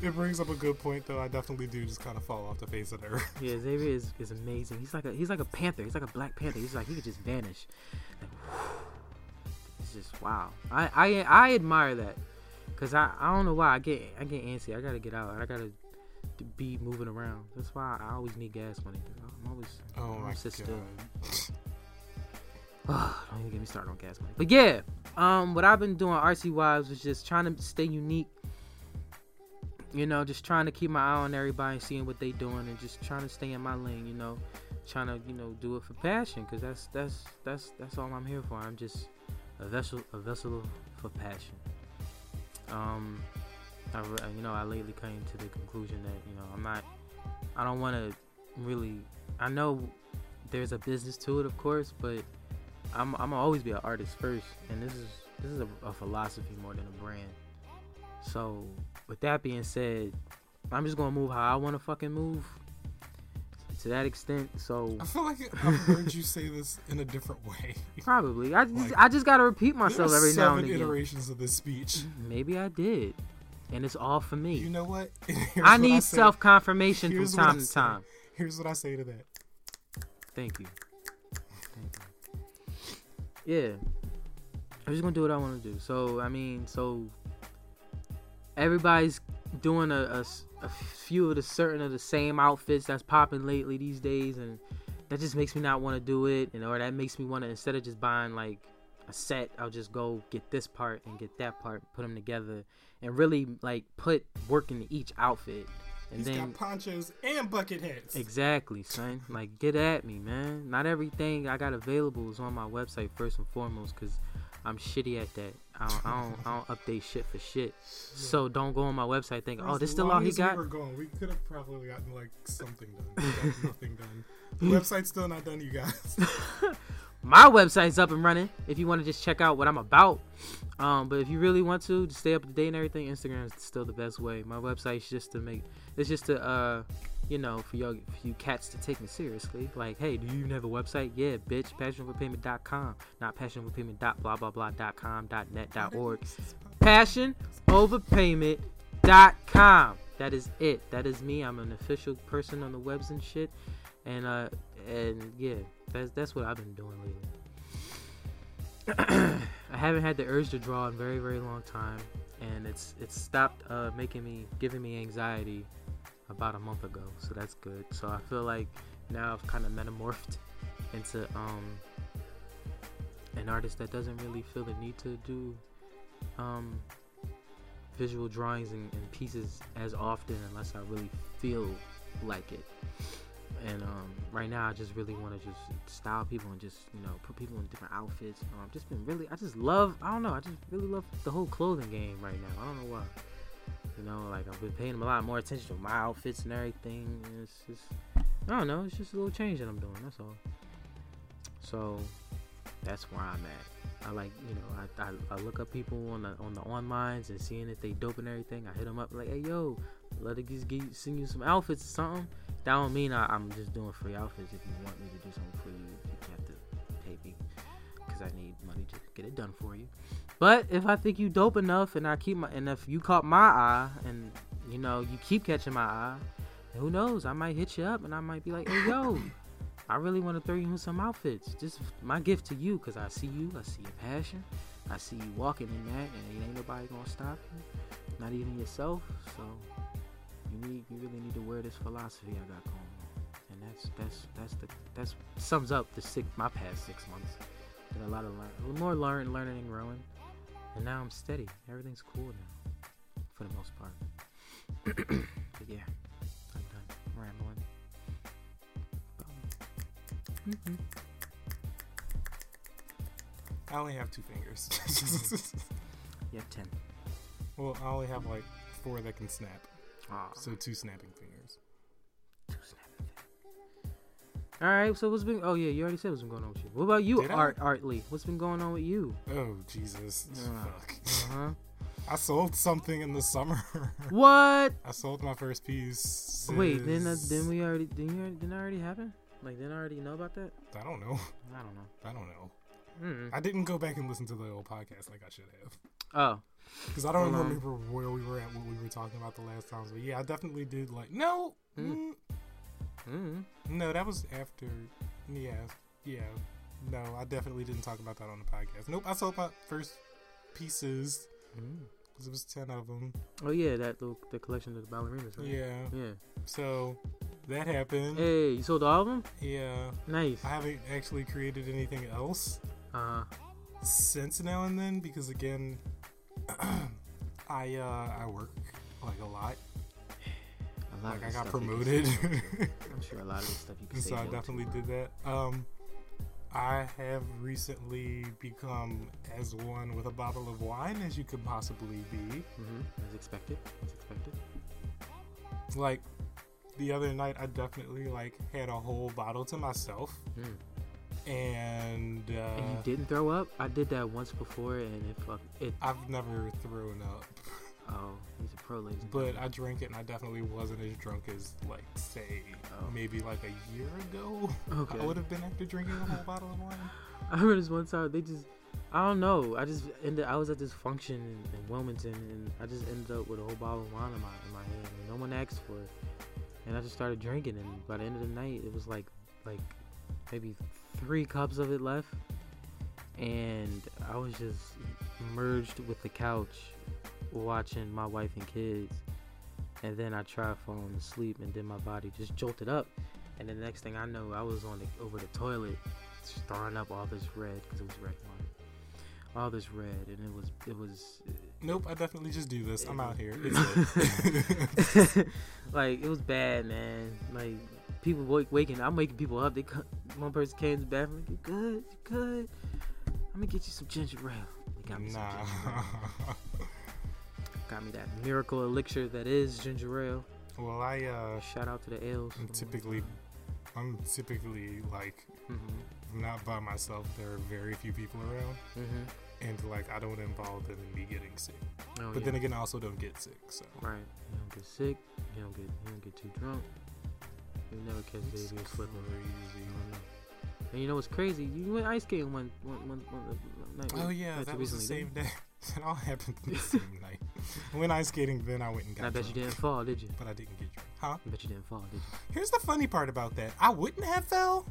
Speaker 1: It brings up a good point, though. I definitely do just kind of fall off the face of the earth.
Speaker 2: Yeah, Xavier is, is amazing. He's like a he's like a panther. He's like a black panther. He's like he could just vanish. Like, it's just wow. I I, I admire that because I, I don't know why I get I get antsy. I gotta get out. I gotta d- be moving around. That's why I always need gas money. I'm always
Speaker 1: Oh
Speaker 2: I'm
Speaker 1: my
Speaker 2: sit
Speaker 1: god.
Speaker 2: still. don't even get me started on gas money. But yeah, um, what I've been doing RC wise was just trying to stay unique. You know, just trying to keep my eye on everybody, seeing what they doing, and just trying to stay in my lane. You know, trying to you know do it for passion, cause that's that's that's that's all I'm here for. I'm just a vessel a vessel for passion. Um, I re- you know I lately came to the conclusion that you know I'm not I don't want to really I know there's a business to it of course, but I'm I'm gonna always be an artist first, and this is this is a, a philosophy more than a brand. So, with that being said, I'm just gonna move how I want to fucking move. To that extent, so
Speaker 1: I feel like I've heard you say this in a different way.
Speaker 2: probably I just,
Speaker 1: Like,
Speaker 2: I just gotta repeat
Speaker 1: There are
Speaker 2: myself every now
Speaker 1: seven
Speaker 2: and again.
Speaker 1: iterations of this speech.
Speaker 2: Maybe I did, and it's all for me.
Speaker 1: You know what? Here's
Speaker 2: I
Speaker 1: what
Speaker 2: need
Speaker 1: say-
Speaker 2: self confirmation from
Speaker 1: Here's what I
Speaker 2: time to
Speaker 1: say.
Speaker 2: time.
Speaker 1: Here's what I say to that.
Speaker 2: Thank you. Thank you. Yeah. I'm just gonna do what I want to do. So I mean, so everybody's doing a, a s- a few of the certain of the same outfits that's popping lately these days, and that just makes me not want to do it, and or that makes me want to instead of just buying like a set, I'll just go get this part and get that part, put them together, and really like put work into each outfit, and
Speaker 1: He's
Speaker 2: then
Speaker 1: got ponchos and bucket hats.
Speaker 2: Exactly, son. Like, get at me, man. Not everything I got available is on my website first and foremost, cause I'm shitty at that. I don't, I don't, I don't update shit for shit. So don't go on my website thinking, oh,
Speaker 1: As
Speaker 2: this still
Speaker 1: long
Speaker 2: all he
Speaker 1: as we
Speaker 2: got.
Speaker 1: were going, we could have probably gotten like something done. We got nothing done. The website's still not done, you guys.
Speaker 2: My website's up and running. If you want to just check out what I'm about, um, but if you really want to, to stay up to date and everything, Instagram is still the best way. My website's just to make, it's just to, uh, you know, for y'all, for you cats to take me seriously. Like, hey, do you even have a website? Yeah, bitch, passionforpayment.com, not passionforpayment.blahblahblah.com, .net, dot .org. Passionoverpayment.com. That is it. That is me. I'm an official person on the webs and shit, and uh, and yeah, that's that's what I've been doing lately. I haven't had the urge to draw in very very long time, and it's it's stopped uh, making me giving me anxiety about a month ago. So that's good. So I feel like now I've kind of metamorphed into um an artist that doesn't really feel the need to do um visual drawings and, and pieces as often unless I really feel like it. And um, right now, I just really want to just style people and just you know put people in different outfits. Um, just been really, I just love. I don't know. I just really love the whole clothing game right now. I don't know why. You know, like I've been paying a lot more attention to my outfits and everything. and It's just, I don't know. It's just a little change that I'm doing. That's all. So that's where I'm at. I like, you know, I, I, I look up people on the on the onlines and seeing if they dope and everything. I hit them up like, hey yo, let it just get send you some outfits or something. That don't mean I, I'm just doing free outfits. If you want me to do something for you, you have to pay me because I need money to get it done for you. But if I think you dope enough and I keep my and if you caught my eye and you know you keep catching my eye, who knows? I might hit you up and I might be like, hey yo, I really want to throw you in some outfits. Just my gift to you because I see you, I see your passion, I see you walking in that, and ain't nobody gonna stop you, not even yourself. So you need you really need to wear this philosophy I got going. on. And that's that's that's the that's sums up the six my past six months. Did a lot of learn, more learn, learning and growing. And now I'm steady. Everything's cool now, for the most part. but yeah, I'm done rambling. Mm-hmm.
Speaker 1: I only have two fingers.
Speaker 2: You have ten.
Speaker 1: well, I only have like four that can snap.
Speaker 2: Aw,
Speaker 1: So two snapping fingers.
Speaker 2: too snappy. All right, so what's been? Oh yeah, you already said what's been going on with you. What about you,
Speaker 1: Did I?
Speaker 2: Art Artley? What's been going on with you?
Speaker 1: Oh Jesus!
Speaker 2: Ah. Uh
Speaker 1: Fuck.
Speaker 2: huh.
Speaker 1: I sold something in the summer.
Speaker 2: what?
Speaker 1: I sold my first piece.
Speaker 2: Wait, then that, then we already didn't you already, didn't that already happen? Like didn't I already know about that?
Speaker 1: I don't know.
Speaker 2: I don't know.
Speaker 1: I don't know.
Speaker 2: Mm.
Speaker 1: I didn't go back and listen to the old podcast like I should have
Speaker 2: Oh,
Speaker 1: because I don't
Speaker 2: Hold on.
Speaker 1: remember where we were at, what we were talking about the last time. But yeah, I definitely did. Like no,
Speaker 2: Mm.
Speaker 1: mm,
Speaker 2: mm.
Speaker 1: no, that was after. Yeah, yeah. No, I definitely didn't talk about that on the podcast. Nope, I sold my first pieces
Speaker 2: Mm.
Speaker 1: 'cause it was ten of them.
Speaker 2: Oh yeah, that little the collection of the ballerinas. Right?
Speaker 1: Yeah,
Speaker 2: Yeah.
Speaker 1: so that happened.
Speaker 2: Hey, you sold all of them?
Speaker 1: Yeah,
Speaker 2: Nice.
Speaker 1: I haven't actually created anything else.
Speaker 2: Uh,
Speaker 1: since now and then because again I uh I work like a lot.
Speaker 2: a lot
Speaker 1: Like
Speaker 2: of
Speaker 1: I
Speaker 2: this
Speaker 1: got
Speaker 2: stuff you can
Speaker 1: promoted.
Speaker 2: say- I'm sure a lot of this stuff you can
Speaker 1: and
Speaker 2: say.
Speaker 1: so I
Speaker 2: no
Speaker 1: definitely
Speaker 2: to.
Speaker 1: did that. Um I have recently become as one with a bottle of wine as you could possibly be.
Speaker 2: Mhm, As expected.
Speaker 1: Uh,
Speaker 2: As expected.
Speaker 1: Like the other night I definitely like had a whole bottle to myself
Speaker 2: Mm.
Speaker 1: and uh
Speaker 2: and you didn't throw up? I did that once before, and it fuck it.
Speaker 1: I've never thrown up,
Speaker 2: Oh, he's a pro, ladies. and
Speaker 1: but I drank it and I definitely wasn't as drunk as like say
Speaker 2: Oh.
Speaker 1: maybe like a year ago.
Speaker 2: Okay.
Speaker 1: I would have been after drinking a whole bottle of wine.
Speaker 2: I remember this one time they just I don't know. I just ended I was at this function in, in Wilmington and I just ended up with a whole bottle of wine in my in my hand and no one asked for it. And I just started drinking and by the end of the night it was like like maybe three cups of it left. And I was just merged with the couch watching my wife and kids. And then I tried falling asleep and then my body just jolted up. And the next thing I know, I was on the, over the toilet just throwing up all this red because it was red wine. All this red, and it was it was
Speaker 1: Nope, I definitely just do this. I'm out here. It's it.
Speaker 2: like it was bad, man. Like people wake, waking, I'm waking people up. They co- one person came to the bathroom, you good, you good. I'm gonna get you some ginger ale. They got me
Speaker 1: nah.
Speaker 2: some ginger ale. Got me that miracle elixir that is ginger ale.
Speaker 1: well, I uh,
Speaker 2: Shout out to the ales.
Speaker 1: I'm typically, I'm typically like,
Speaker 2: hmm
Speaker 1: I'm not by myself. There are very few people around,
Speaker 2: hmm
Speaker 1: and like I don't involve them in me getting sick.
Speaker 2: Oh,
Speaker 1: But
Speaker 2: yeah.
Speaker 1: then again, I also don't get sick. So
Speaker 2: Right. You don't get sick. You don't get. You don't get too drunk. You never catch
Speaker 1: It's
Speaker 2: baby slipping.
Speaker 1: crazy.
Speaker 2: You don't know. And you know what's crazy? You went ice skating one one one, one night.
Speaker 1: Oh
Speaker 2: right?
Speaker 1: yeah,
Speaker 2: Not
Speaker 1: that
Speaker 2: too
Speaker 1: was the
Speaker 2: recently,
Speaker 1: same
Speaker 2: didn't
Speaker 1: day. It all happened the same night. When ice skating, then I went and
Speaker 2: you? And
Speaker 1: got.
Speaker 2: I bet you
Speaker 1: drunk,
Speaker 2: didn't fall, did you?
Speaker 1: But I didn't get drunk. Huh?
Speaker 2: I bet you didn't fall, did you?
Speaker 1: Here's the funny part about that. I wouldn't have fell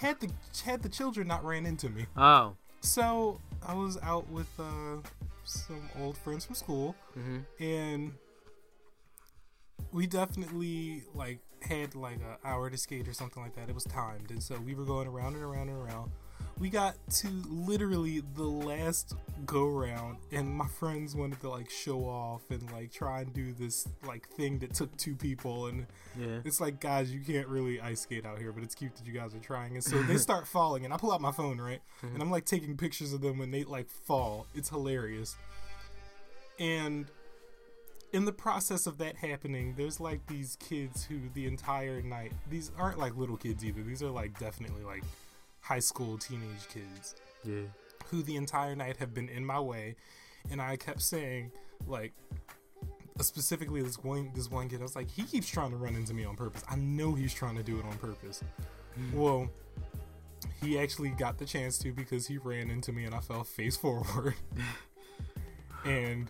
Speaker 1: had the had the children not ran into me.
Speaker 2: Oh.
Speaker 1: So I was out with uh, some old friends from school,
Speaker 2: Mm-hmm.
Speaker 1: and we definitely like had like an hour to skate or something like that. It was timed, and so we were going around and around and around. We got to literally the last go round, and my friends wanted to like show off and like try and do this like thing that took two people, and
Speaker 2: Yeah.
Speaker 1: it's like, guys, you can't really ice skate out here, but it's cute that you guys are trying. And so they start falling, and I pull out my phone, right? And I'm like taking pictures of them when they like fall. It's hilarious. And in the process of that happening, there's like these kids who the entire night these aren't like little kids either. These are like definitely like high school teenage kids
Speaker 2: Yeah.
Speaker 1: who the entire night have been in my way and I kept saying like uh, specifically this one this one kid I was like he keeps trying to run into me on purpose. I know he's trying to do it on purpose. Well, he actually got the chance to because he ran into me and I fell face forward. and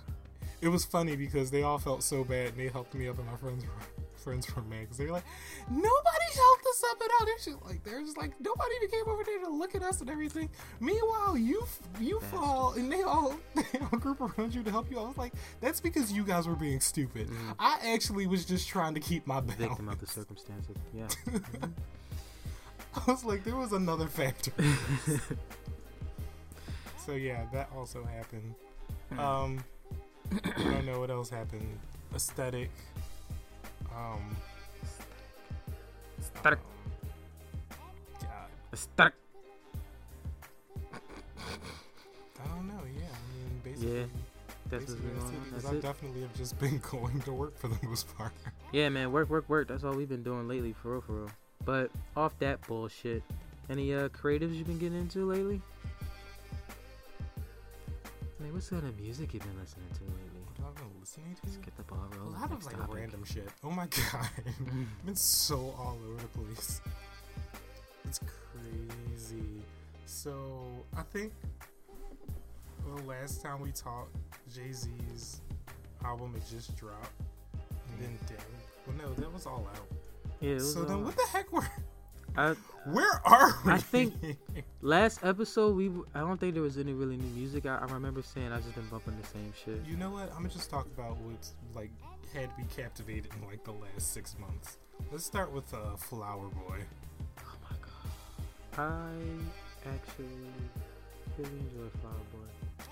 Speaker 1: it was funny because they all felt so bad and they helped me up and my friends were friends were mad because they were like nobody helped us up at all they're just like they're just like nobody even came over there to look at us and everything meanwhile you f- you fall and they all they all group around you to help you i was like that's because you guys were being stupid i actually was just trying to keep my balance
Speaker 2: Mm. Victim of the circumstances. Yeah.
Speaker 1: I was like, there was another factor. so yeah, that also happened.
Speaker 2: Hmm.
Speaker 1: Um, I don't know what else happened. Aesthetic. Um.
Speaker 2: Aesthetic.
Speaker 1: um, God,
Speaker 2: Aesthetic.
Speaker 1: I don't know. Yeah, I mean, basically.
Speaker 2: Yeah. That's what's
Speaker 1: basically
Speaker 2: been
Speaker 1: that's
Speaker 2: going
Speaker 1: it,
Speaker 2: on.
Speaker 1: because
Speaker 2: That's
Speaker 1: I
Speaker 2: it.
Speaker 1: definitely have just been going to work for the most part.
Speaker 2: Yeah, man, work, work, work. That's all we've been doing lately, for real, for real. But off that bullshit, any uh creatives you've been getting into lately? Man, what's kind of music you've been listening to lately?
Speaker 1: What have I been listening
Speaker 2: Let's
Speaker 1: to?
Speaker 2: get the ball
Speaker 1: A
Speaker 2: rolling.
Speaker 1: lot of
Speaker 2: Next
Speaker 1: like
Speaker 2: topic.
Speaker 1: random shit. Oh my god, I've been so all over the place. It's crazy. So I think the last time we talked, Jay Z's album had just dropped, and then Dave. Well, no, that was all out.
Speaker 2: Yeah. It was
Speaker 1: So then,
Speaker 2: all-
Speaker 1: what the heck were?
Speaker 2: I,
Speaker 1: Where are we?
Speaker 2: I think- last episode we w- I don't think there was any really new music. I, I remember saying I've just been bumping the same shit.
Speaker 1: you know what? I'm gonna just talk about what's like had me captivated in like the last six months. Let's start with uh, Flower Boy.
Speaker 2: Oh my god. I actually really enjoy Flower Boy.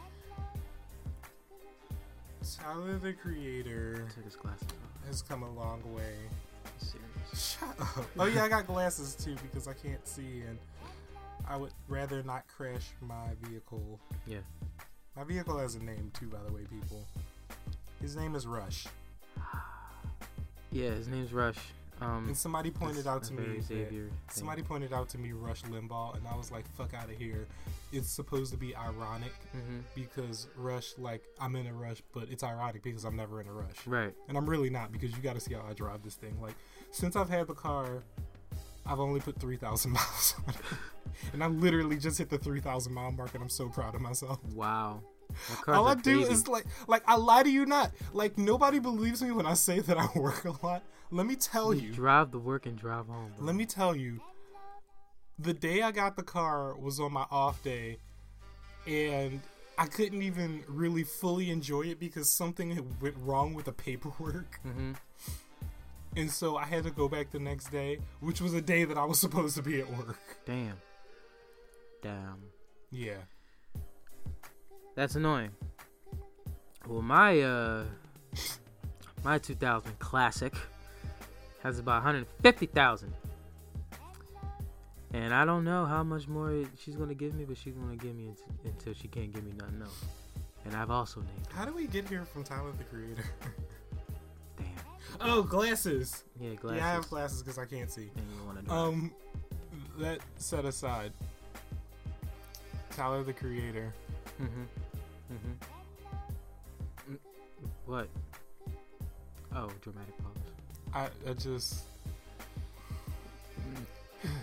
Speaker 1: Tyler the Creator
Speaker 2: I took his glasses off.
Speaker 1: has come a long way.
Speaker 2: I'm serious.
Speaker 1: Shut up. Oh yeah, I got glasses too because I can't see, and I would rather not crash my vehicle.
Speaker 2: Yeah.
Speaker 1: My vehicle has a name too, by the way, people. His name is Rush,
Speaker 2: Yeah, his name's Rush. Um,
Speaker 1: and somebody pointed
Speaker 2: that's
Speaker 1: out
Speaker 2: a
Speaker 1: to me
Speaker 2: very
Speaker 1: that,
Speaker 2: Xavier. thing.
Speaker 1: somebody pointed out to me Rush Limbaugh, and I was like, "Fuck out of here!" It's supposed to be ironic
Speaker 2: Mm-hmm.
Speaker 1: because Rush, like, I'm in a rush, but it's ironic because I'm never in a rush.
Speaker 2: Right.
Speaker 1: and I'm really not because you got to see how I drive this thing. Like since I've had the car, I've only put three thousand miles on it, and I literally just hit the three thousand mile mark, and I'm so proud of myself.
Speaker 2: Wow. That car's
Speaker 1: All
Speaker 2: a
Speaker 1: I do
Speaker 2: baby.
Speaker 1: is like, like I lie to you not. Like nobody believes me when I say that I work a lot. Let me tell
Speaker 2: You
Speaker 1: you.
Speaker 2: drive to work and drive home. Bro.
Speaker 1: Let me tell you, the day I got the car was on my off day, and I couldn't even really fully enjoy it because something had went wrong with the paperwork.
Speaker 2: Mm-hmm.
Speaker 1: And so I had to go back the next day, which was a day that I was supposed to be at work.
Speaker 2: Damn. Damn.
Speaker 1: Yeah.
Speaker 2: That's annoying. Well, my uh, my 2000 classic has about 150,000, and I don't know how much more it- she's gonna give me, but she's gonna give me unt- until she can't give me nothing else. And I've also named.
Speaker 1: How do we get here from Tyler the Creator?
Speaker 2: Damn.
Speaker 1: oh, glasses.
Speaker 2: Yeah, glasses.
Speaker 1: Yeah, I have glasses because I can't see.
Speaker 2: And you wanna do
Speaker 1: Um, that set aside, Tyler the Creator.
Speaker 2: Mm-hmm. Mm-hmm. What? Oh, dramatic pause.
Speaker 1: I, I just.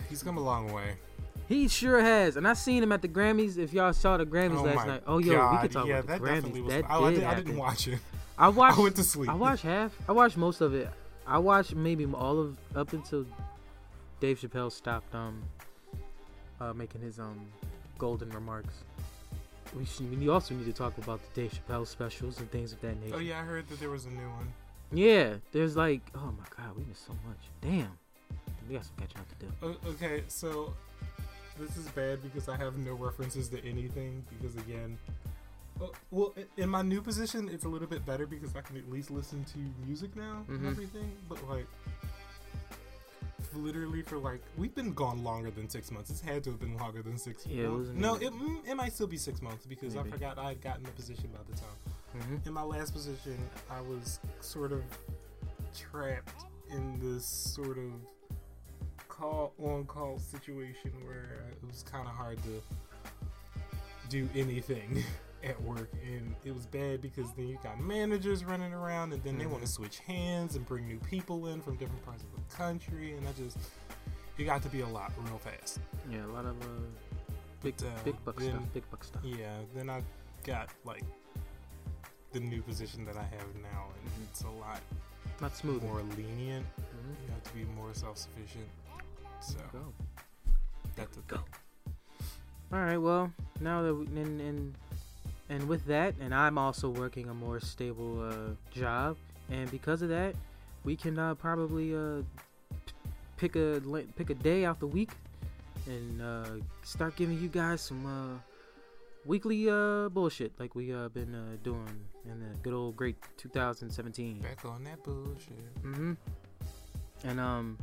Speaker 1: He's come a long way.
Speaker 2: He sure has, and I seen him at the Grammys. If y'all saw the Grammys
Speaker 1: oh
Speaker 2: last
Speaker 1: my
Speaker 2: night, oh yo,
Speaker 1: God.
Speaker 2: we could talk
Speaker 1: yeah,
Speaker 2: about
Speaker 1: that
Speaker 2: the
Speaker 1: definitely
Speaker 2: Grammys.
Speaker 1: was.
Speaker 2: That
Speaker 1: oh, I,
Speaker 2: did
Speaker 1: did, I
Speaker 2: happen.
Speaker 1: didn't watch it.
Speaker 2: I watched.
Speaker 1: I went to sleep.
Speaker 2: I watched half. I watched most of it. I watched maybe all of up until Dave Chappelle stopped um uh, making his um golden remarks. We should. We also need to talk about the Dave Chappelle specials and things of that nature.
Speaker 1: Oh yeah, I heard that there was a new one.
Speaker 2: Yeah, there's like, oh my god, we missed so much. Damn, we got some catching up to do.
Speaker 1: O- Okay, so this is bad because I have no references to anything because again, uh, well, i- in my new position, it's a little bit better because I can at least listen to music now and
Speaker 2: Mhm.
Speaker 1: everything. But like, literally for like, we've been gone longer than six months. It's had to have been longer than six.
Speaker 2: Yeah, it
Speaker 1: months.
Speaker 2: wasn't
Speaker 1: no,
Speaker 2: even-
Speaker 1: it mm, it might still be six months because I
Speaker 2: Maybe.
Speaker 1: forgot I had gotten the position by the time.
Speaker 2: Mm-hmm.
Speaker 1: in my last position, I was sort of trapped in this sort of call on call situation where it was kind of hard to do anything at work, and it was bad because then you got managers running around, and then they
Speaker 2: Mhm.
Speaker 1: want to switch hands and bring new people in from different parts of the country, and I just it got to be a lot real fast.
Speaker 2: Yeah, a lot of uh, big,
Speaker 1: But, uh,
Speaker 2: big buck
Speaker 1: then-
Speaker 2: stuff. Big buck stuff.
Speaker 1: Yeah, then I got like the new position that I have now, and
Speaker 2: Mhm.
Speaker 1: it's a lot
Speaker 2: Not smooth.
Speaker 1: more lenient.
Speaker 2: Mhm.
Speaker 1: You have to be more self sufficient. So
Speaker 2: Go.
Speaker 1: that's a
Speaker 2: Go.
Speaker 1: thing.
Speaker 2: All right. Well, now that we, and and and with that, and I'm also working a more stable uh, job, and because of that, we can uh, probably uh, p- pick a la- pick a day out the week, and uh, start giving you guys some uh, weekly uh, bullshit like we uh, been uh, doing in the good old great 2017.
Speaker 1: Back on that bullshit.
Speaker 2: Mm-hmm. And um,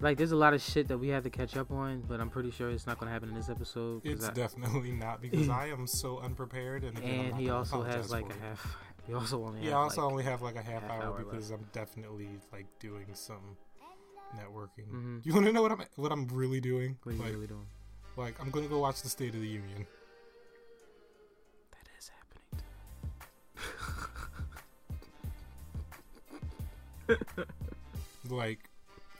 Speaker 2: like there's a lot of shit that we have to catch up on, but I'm pretty sure it's not gonna happen in this episode. 'cause
Speaker 1: It's
Speaker 2: I-
Speaker 1: definitely not because I am so unprepared, and, again, I'm
Speaker 2: and
Speaker 1: not
Speaker 2: he
Speaker 1: gonna
Speaker 2: also has
Speaker 1: apologize
Speaker 2: like
Speaker 1: for it.
Speaker 2: a half. He also only
Speaker 1: Yeah, I
Speaker 2: has
Speaker 1: also
Speaker 2: like,
Speaker 1: only have like a half,
Speaker 2: half
Speaker 1: hour,
Speaker 2: hour
Speaker 1: because I'm definitely like doing some networking.
Speaker 2: Mhm.
Speaker 1: You want to know what I'm what I'm really doing?
Speaker 2: what are you
Speaker 1: like,
Speaker 2: really doing?
Speaker 1: like I'm gonna go watch the State of the Union.
Speaker 2: That is happening.
Speaker 1: Like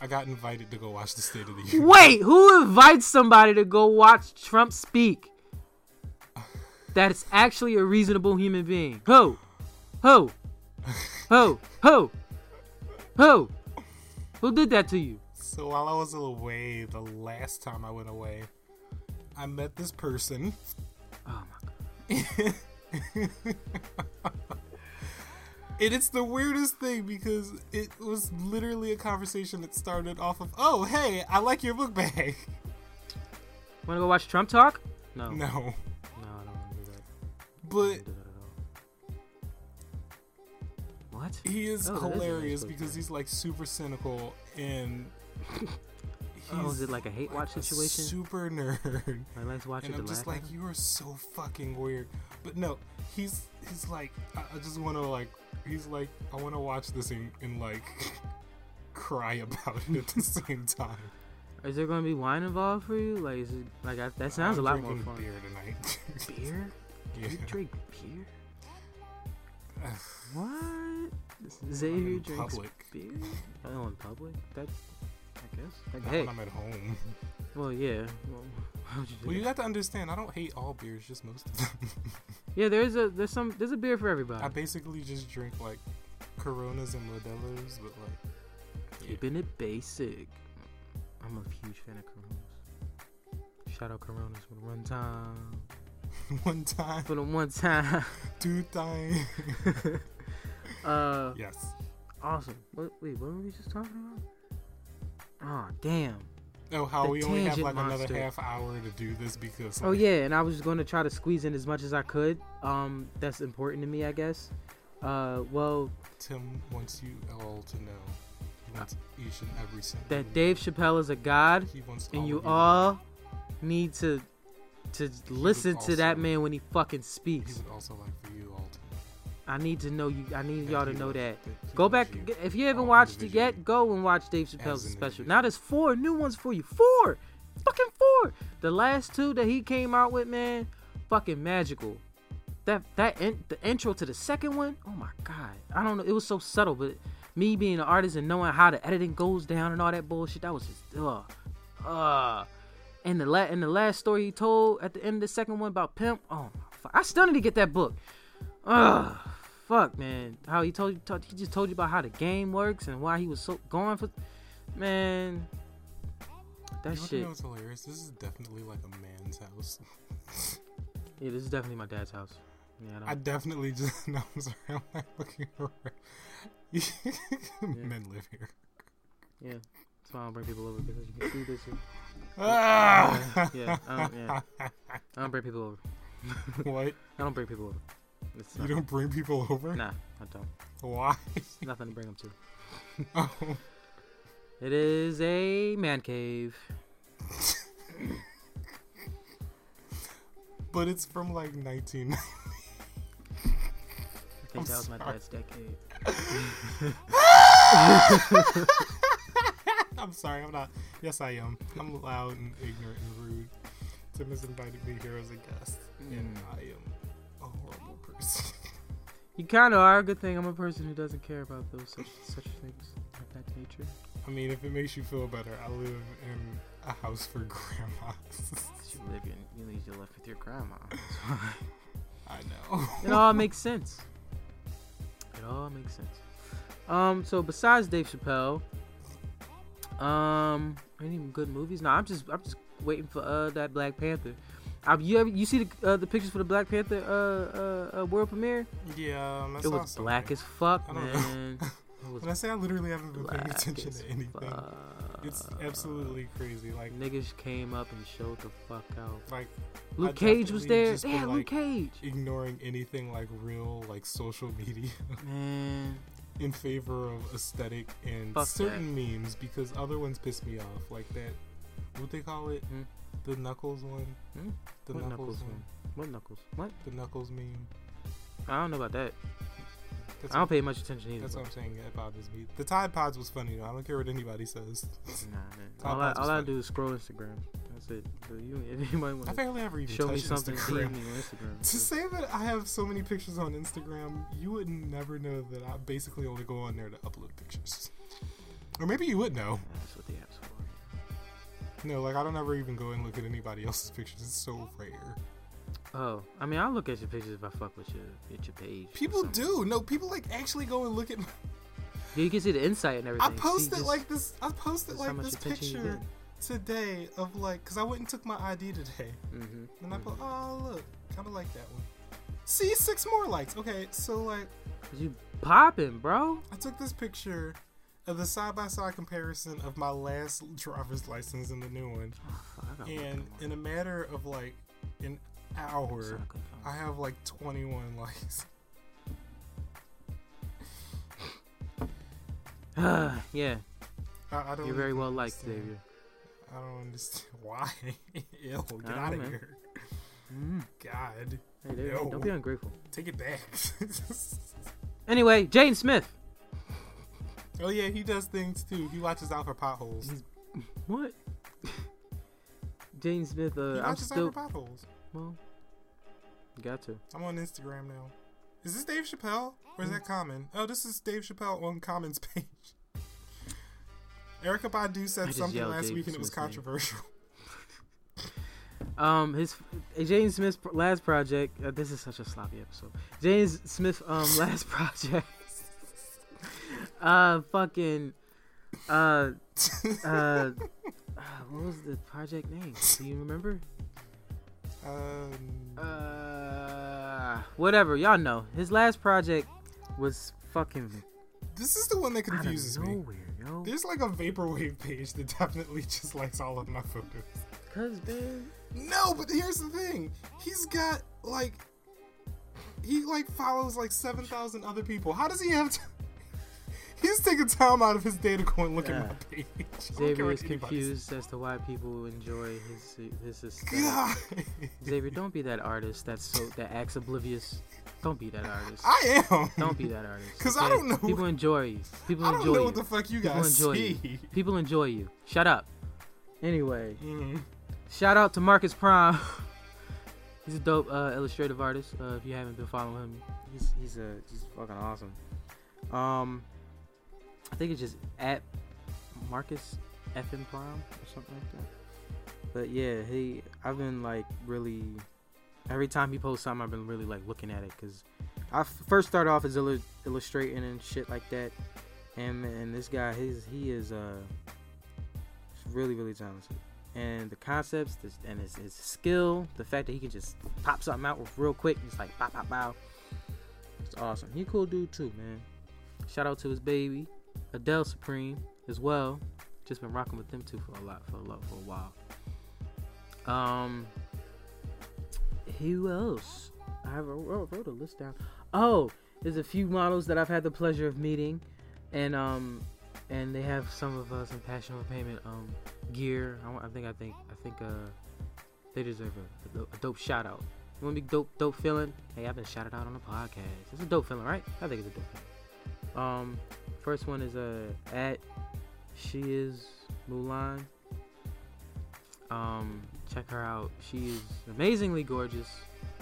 Speaker 1: I got invited to go watch the State of the
Speaker 2: too.
Speaker 1: Union.
Speaker 2: Wait, who invites somebody to go watch Trump speak? That's actually a reasonable human being. Who? Who? Who? Who? Who? Who did that to you?
Speaker 1: So while I was away, the last time I went away, I met this person.
Speaker 2: Oh my god.
Speaker 1: And it's the weirdest thing because it was literally a conversation that started off of, "Oh, hey, I like your book bag."
Speaker 2: Wanna go watch Trump talk? No. No,
Speaker 1: No,
Speaker 2: I don't wanna do that. I
Speaker 1: but
Speaker 2: don't wanna do that at all. What?
Speaker 1: he is
Speaker 2: Oh, that is a nice
Speaker 1: hilarious
Speaker 2: book
Speaker 1: because
Speaker 2: bag.
Speaker 1: he's like super cynical and
Speaker 2: Oh,
Speaker 1: he's
Speaker 2: is it like a hate watch
Speaker 1: a
Speaker 2: situation?
Speaker 1: super nerd.
Speaker 2: Like, let's watch
Speaker 1: and
Speaker 2: it.
Speaker 1: I'm
Speaker 2: to
Speaker 1: just
Speaker 2: laugh at
Speaker 1: like, you are so fucking weird. But no, he's he's like, I, I just want to like, he's like, I want to watch this and, and like cry about it at the same time.
Speaker 2: Is there gonna be wine involved for you? Like, is it like I, that sounds
Speaker 1: I'm
Speaker 2: a lot more
Speaker 1: drinking
Speaker 2: fun.
Speaker 1: Beer tonight.
Speaker 2: Beer?
Speaker 1: yeah.
Speaker 2: You drink beer? What? Xavier
Speaker 1: in
Speaker 2: drinks
Speaker 1: public.
Speaker 2: beer? Oh, in public? That, I guess. Like,
Speaker 1: Not
Speaker 2: hey,
Speaker 1: when I'm at home.
Speaker 2: well, yeah. Well, why would you do
Speaker 1: Well, you
Speaker 2: that?
Speaker 1: got to understand, I don't hate all beers, just most of them.
Speaker 2: Yeah, there's a there's some there's a beer for everybody.
Speaker 1: I basically just drink like Coronas and Modelo's, but like,
Speaker 2: Keeping it basic. I'm a huge fan of Coronas. Shout out Coronas for the one time.
Speaker 1: one time,
Speaker 2: For the one time.
Speaker 1: two times.
Speaker 2: uh.
Speaker 1: Yes.
Speaker 2: Awesome. What, wait, what were we just talking about? Oh, damn.
Speaker 1: Oh, how
Speaker 2: The
Speaker 1: we only have
Speaker 2: tangent
Speaker 1: like
Speaker 2: monster.
Speaker 1: another half hour to do this because.
Speaker 2: Oh
Speaker 1: like,
Speaker 2: yeah, and I was going to try to squeeze in as much as I could. Um, that's important to me, I guess. Uh, well,
Speaker 1: Tim wants you all to know. He wants each and every single.
Speaker 2: Uh, that
Speaker 1: day.
Speaker 2: Dave Chappelle is a god,
Speaker 1: He wants all
Speaker 2: and you
Speaker 1: of
Speaker 2: all need to to listen to that
Speaker 1: also-
Speaker 2: man when he fucking
Speaker 1: He
Speaker 2: speaks.
Speaker 1: would also like for you all to know.
Speaker 2: I need to know you. I need
Speaker 1: that
Speaker 2: y'all to
Speaker 1: he
Speaker 2: know
Speaker 1: loves-
Speaker 2: that.
Speaker 1: he
Speaker 2: Go
Speaker 1: loves
Speaker 2: back
Speaker 1: you.
Speaker 2: if you haven't
Speaker 1: all
Speaker 2: watched it
Speaker 1: individually.
Speaker 2: yet. Go and watch Dave Chappelle's special.
Speaker 1: an individual.
Speaker 2: Now there's four new ones for you. Four, fucking four. The last two that he came out with, man, fucking magical. That that in, the intro to the second one. Oh my god, I don't know. It was so subtle, but me being an artist and knowing how the editing goes down and all that bullshit, that was just ugh, ugh. And the la- and the last story he told at the end of the second one about pimp. Oh my fuck, I still need to get that book. Ugh, fuck, man. How he told you, talk, he just told you about how the game works and why he was so going for, man. That
Speaker 1: You want to
Speaker 2: shit.
Speaker 1: know what's hilarious? This is definitely like a man's house.
Speaker 2: Yeah, this is definitely my dad's house. Yeah, I don't,
Speaker 1: I definitely just. No, I'm sorry. I'm like looking around. Men live here.
Speaker 2: yeah. That's why I don't bring people over because you can see this. Shit.
Speaker 1: Ah!
Speaker 2: Yeah, I don't, yeah. I don't bring people over.
Speaker 1: what?
Speaker 2: I don't bring people over. It's
Speaker 1: You
Speaker 2: not,
Speaker 1: don't bring people over?
Speaker 2: nah, I don't.
Speaker 1: Why?
Speaker 2: It's nothing to bring them to.
Speaker 1: Oh.
Speaker 2: It is a man cave.
Speaker 1: But it's from like 1990.
Speaker 2: think
Speaker 1: I'm
Speaker 2: that was my
Speaker 1: sorry.
Speaker 2: dad's decade.
Speaker 1: I'm sorry, I'm not. Yes, I am. I'm loud and ignorant and rude. Tim has invited me here as a guest, and
Speaker 2: Mm.
Speaker 1: I am a horrible person.
Speaker 2: You kind of are. Good thing I'm a person who doesn't care about those such, such things of that nature.
Speaker 1: I mean, if it makes you feel better, I live in a house for grandmas.
Speaker 2: You live in, you leave your life with your grandma.
Speaker 1: I know.
Speaker 2: it all makes sense. It all makes sense. Um, so besides Dave Chappelle, um, any good movies? No, I'm just I'm just waiting for uh that Black Panther. Uh, you ever, you see the uh, the pictures for the Black Panther uh, uh, uh world premiere?
Speaker 1: Yeah, um, I
Speaker 2: it
Speaker 1: saw
Speaker 2: was black
Speaker 1: something.
Speaker 2: as fuck,
Speaker 1: I don't know.
Speaker 2: man. It was
Speaker 1: When I say I literally haven't been paying
Speaker 2: black
Speaker 1: attention
Speaker 2: as
Speaker 1: to anything,
Speaker 2: fuck.
Speaker 1: it's absolutely crazy. Like,
Speaker 2: niggas came up and showed the fuck out.
Speaker 1: like
Speaker 2: Luke
Speaker 1: I'd
Speaker 2: Cage was
Speaker 1: definitely
Speaker 2: there.
Speaker 1: just been
Speaker 2: Yeah, Luke
Speaker 1: like-
Speaker 2: Cage.
Speaker 1: ignoring anything like real, like social media.
Speaker 2: Man,
Speaker 1: in favor of aesthetic and
Speaker 2: Fuck
Speaker 1: certain memes because other ones piss me off. Like that, what they call it?
Speaker 2: Hmm?
Speaker 1: The Knuckles one?
Speaker 2: Hmm?
Speaker 1: The
Speaker 2: What
Speaker 1: Knuckles,
Speaker 2: Knuckles
Speaker 1: one?
Speaker 2: one? what knuckles? What?
Speaker 1: The Knuckles meme?
Speaker 2: I don't know about that.
Speaker 1: That's
Speaker 2: I don't
Speaker 1: what,
Speaker 2: pay much attention either.
Speaker 1: that's
Speaker 2: but-
Speaker 1: what I'm saying about this meme. The Tide Pods was funny though. I don't care what anybody says.
Speaker 2: Nah, man.
Speaker 1: Top
Speaker 2: All I,
Speaker 1: Box is
Speaker 2: all I
Speaker 1: funny.
Speaker 2: do is scroll Instagram. That's it. So you, if anybody
Speaker 1: I
Speaker 2: want to
Speaker 1: barely ever even
Speaker 2: show me
Speaker 1: touch
Speaker 2: something,
Speaker 1: Instagram.
Speaker 2: DM me on Instagram.
Speaker 1: To say that I have so many pictures on Instagram, you would never know that I basically only go on there to upload pictures. Or maybe you would know.
Speaker 2: That's what the app's for.
Speaker 1: No, like I don't ever even go and look at anybody else's pictures. It's so rare.
Speaker 2: Oh, I mean, I'll look at your pictures if I fuck with your, at your page. or
Speaker 1: People
Speaker 2: something.
Speaker 1: do. No, people like actually go and look at. My,
Speaker 2: Yeah, you can see the insight and everything.
Speaker 1: I posted
Speaker 2: See just-
Speaker 1: like this. I posted
Speaker 2: just how
Speaker 1: like
Speaker 2: much
Speaker 1: this
Speaker 2: attention you
Speaker 1: picture today of like because I went and took my ID today,
Speaker 2: get. Mhm,
Speaker 1: and I
Speaker 2: mhm.
Speaker 1: put oh look, kind of like that one. See six more likes. Okay, so like
Speaker 2: 'Cause You popping, bro?
Speaker 1: I took this picture of the side by side comparison of my last driver's license and the new one,
Speaker 2: Oh, fuck, I gotta look
Speaker 1: and
Speaker 2: at
Speaker 1: in a matter of like an
Speaker 2: my- so
Speaker 1: hour,
Speaker 2: I can find
Speaker 1: I have like 21 likes.
Speaker 2: it. yeah,
Speaker 1: I, I don't.
Speaker 2: you're very
Speaker 1: even
Speaker 2: well liked,
Speaker 1: understand.
Speaker 2: Xavier.
Speaker 1: I don't understand why. Ew,
Speaker 2: I
Speaker 1: get
Speaker 2: don't
Speaker 1: out of
Speaker 2: know.
Speaker 1: here.
Speaker 2: Mm.
Speaker 1: God,
Speaker 2: Hey, there, you go. don't be
Speaker 1: Yo.
Speaker 2: ungrateful.
Speaker 1: take it back.
Speaker 2: Anyway, Jaden Smith.
Speaker 1: oh yeah, he does things too. He watches out for potholes.
Speaker 2: What? Jaden Smith.
Speaker 1: He
Speaker 2: Uh, I'm
Speaker 1: watches
Speaker 2: still.
Speaker 1: out for potholes.
Speaker 2: Well, got to.
Speaker 1: I'm on Instagram now. Is this Dave Chappelle or is that Common? Oh, this is Dave Chappelle on Common's page. Erica Badu
Speaker 2: I
Speaker 1: said
Speaker 2: just
Speaker 1: something
Speaker 2: yelled
Speaker 1: last
Speaker 2: Dave
Speaker 1: week and it was
Speaker 2: Smith's name.
Speaker 1: controversial.
Speaker 2: Um, his James Smith's pr- last project. Uh, this is such a sloppy episode. James Smith, um, last project. uh, fucking, uh, uh, uh, what was the project name? Do you remember?
Speaker 1: Um,
Speaker 2: Uh, whatever. Y'all know his last project was fucking
Speaker 1: this is the one that
Speaker 2: out
Speaker 1: confuses
Speaker 2: of
Speaker 1: me.
Speaker 2: nowhere, yo.
Speaker 1: There's like a vaporwave page that definitely just likes all of my photos.
Speaker 2: Cause man,
Speaker 1: No, but here's the thing. He's got like he like follows like seven thousand other people. How does he have t He's taking time out of his day to go and look at my
Speaker 2: Yeah.
Speaker 1: page. I don't care
Speaker 2: Xavier
Speaker 1: what
Speaker 2: is
Speaker 1: anybody says.
Speaker 2: confused as to why people enjoy his his aesthetic.
Speaker 1: God.
Speaker 2: Xavier, don't be that artist that's so that acts oblivious. Don't be that artist.
Speaker 1: I am.
Speaker 2: Don't be that artist.
Speaker 1: 'Cause I don't know-
Speaker 2: People enjoy you. People
Speaker 1: I don't
Speaker 2: enjoy
Speaker 1: know
Speaker 2: you.
Speaker 1: what the fuck you
Speaker 2: People
Speaker 1: guys
Speaker 2: enjoy
Speaker 1: see.
Speaker 2: you. People enjoy you. Shut up. Anyway,
Speaker 1: Mhm.
Speaker 2: shout out to Marcus Prime. he's a dope uh, illustrative artist. Uh, if you haven't been following him, he's he's a he's fucking awesome. Um, I think it's just at Marcus FM Prime or something like that. But yeah, he I've been like really every time he posts something, I've been really like looking at it because I f- first started off as illu- illustrating and shit like that, and and this guy, his he is uh really really talented, and the concepts this, and his, his skill, the fact that he can just pop something out real quick, just like pop pop pow, it's awesome. He a cool dude too, man. Shout out to his baby, Adele Supreme as well. Just been rocking with them two for a lot for a lot for a while. Um, who else? I wrote, wrote a list down. Oh, there's a few models that I've had the pleasure of meeting, and um, and they have some of uh, some passion for payment um gear. I, wa- I think I think I think uh, they deserve a, a dope shout out. You want to be dope, dope feeling? Hey, I've been shouted out on the podcast. It's a dope feeling, right? I think it's a dope feeling. Um, first one is uh at she is Mulan. Um, check her out. She is amazingly gorgeous,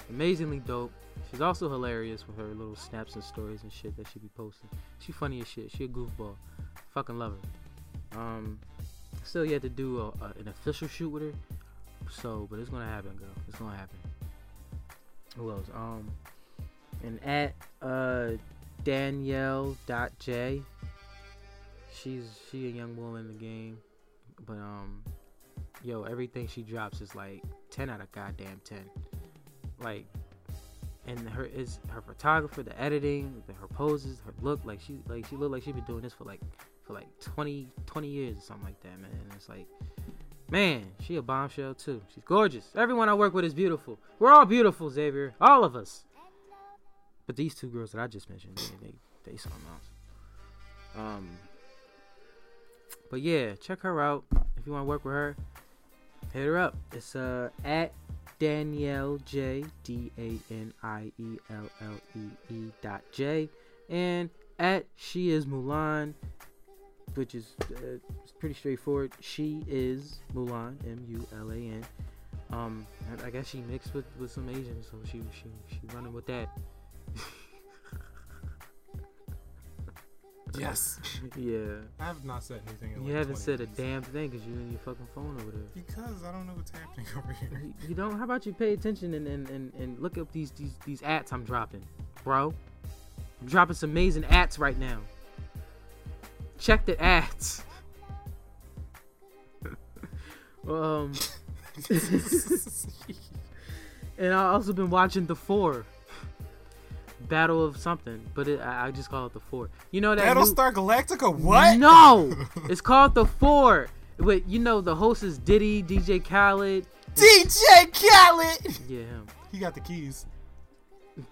Speaker 2: amazingly dope. She's also hilarious with her little snaps and stories and shit that she be posting. She funny as shit. She a goofball. Fucking love her. Um, still yet to do a, a, an official shoot with her. So, but it's gonna happen, girl. It's gonna happen. Who else? Um, and at uh Danielle dot J. She's she a young woman in the game, but um, yo, everything she drops is like ten out of goddamn ten. Like, and her is her photographer, the editing, the, her poses, her look. Like she like she looked like she been doing this for like for like 20, 20 years or something like that, man. And it's like, man, she a bombshell too. She's gorgeous. Everyone I work with is beautiful. We're all beautiful, Xavier. All of us. But these two girls that I just mentioned, they they, they something else. Um. But yeah, check her out if you want to work with her. Hit her up. It's uh at Danielle J D A N I E L L E E dot J and at she is Mulan which is uh, pretty straightforward. She is Mulan, M U L A N. Um, I, I guess she mixed with, with some Asians, so she she she running with that.
Speaker 1: yes.
Speaker 2: yeah.
Speaker 1: I have not said anything. In
Speaker 2: You
Speaker 1: like
Speaker 2: haven't
Speaker 1: 20
Speaker 2: said a
Speaker 1: minutes.
Speaker 2: damn thing because you in your fucking phone over there.
Speaker 1: Because I don't know what's happening over here.
Speaker 2: You- You don't. How about you pay attention and and, and, and look up these, these these ads I'm dropping, bro. I'm dropping some amazing ads right now. Check the ads. um, and I also been watching the four. Battle of something, but it, I, I just call it the four. You know that new-
Speaker 1: Battlestar Galactica, what?
Speaker 2: No, it's called the four. Wait, you know the host is Diddy, DJ Khaled.
Speaker 1: DJ Khaled!
Speaker 2: Yeah, him.
Speaker 1: He got the keys.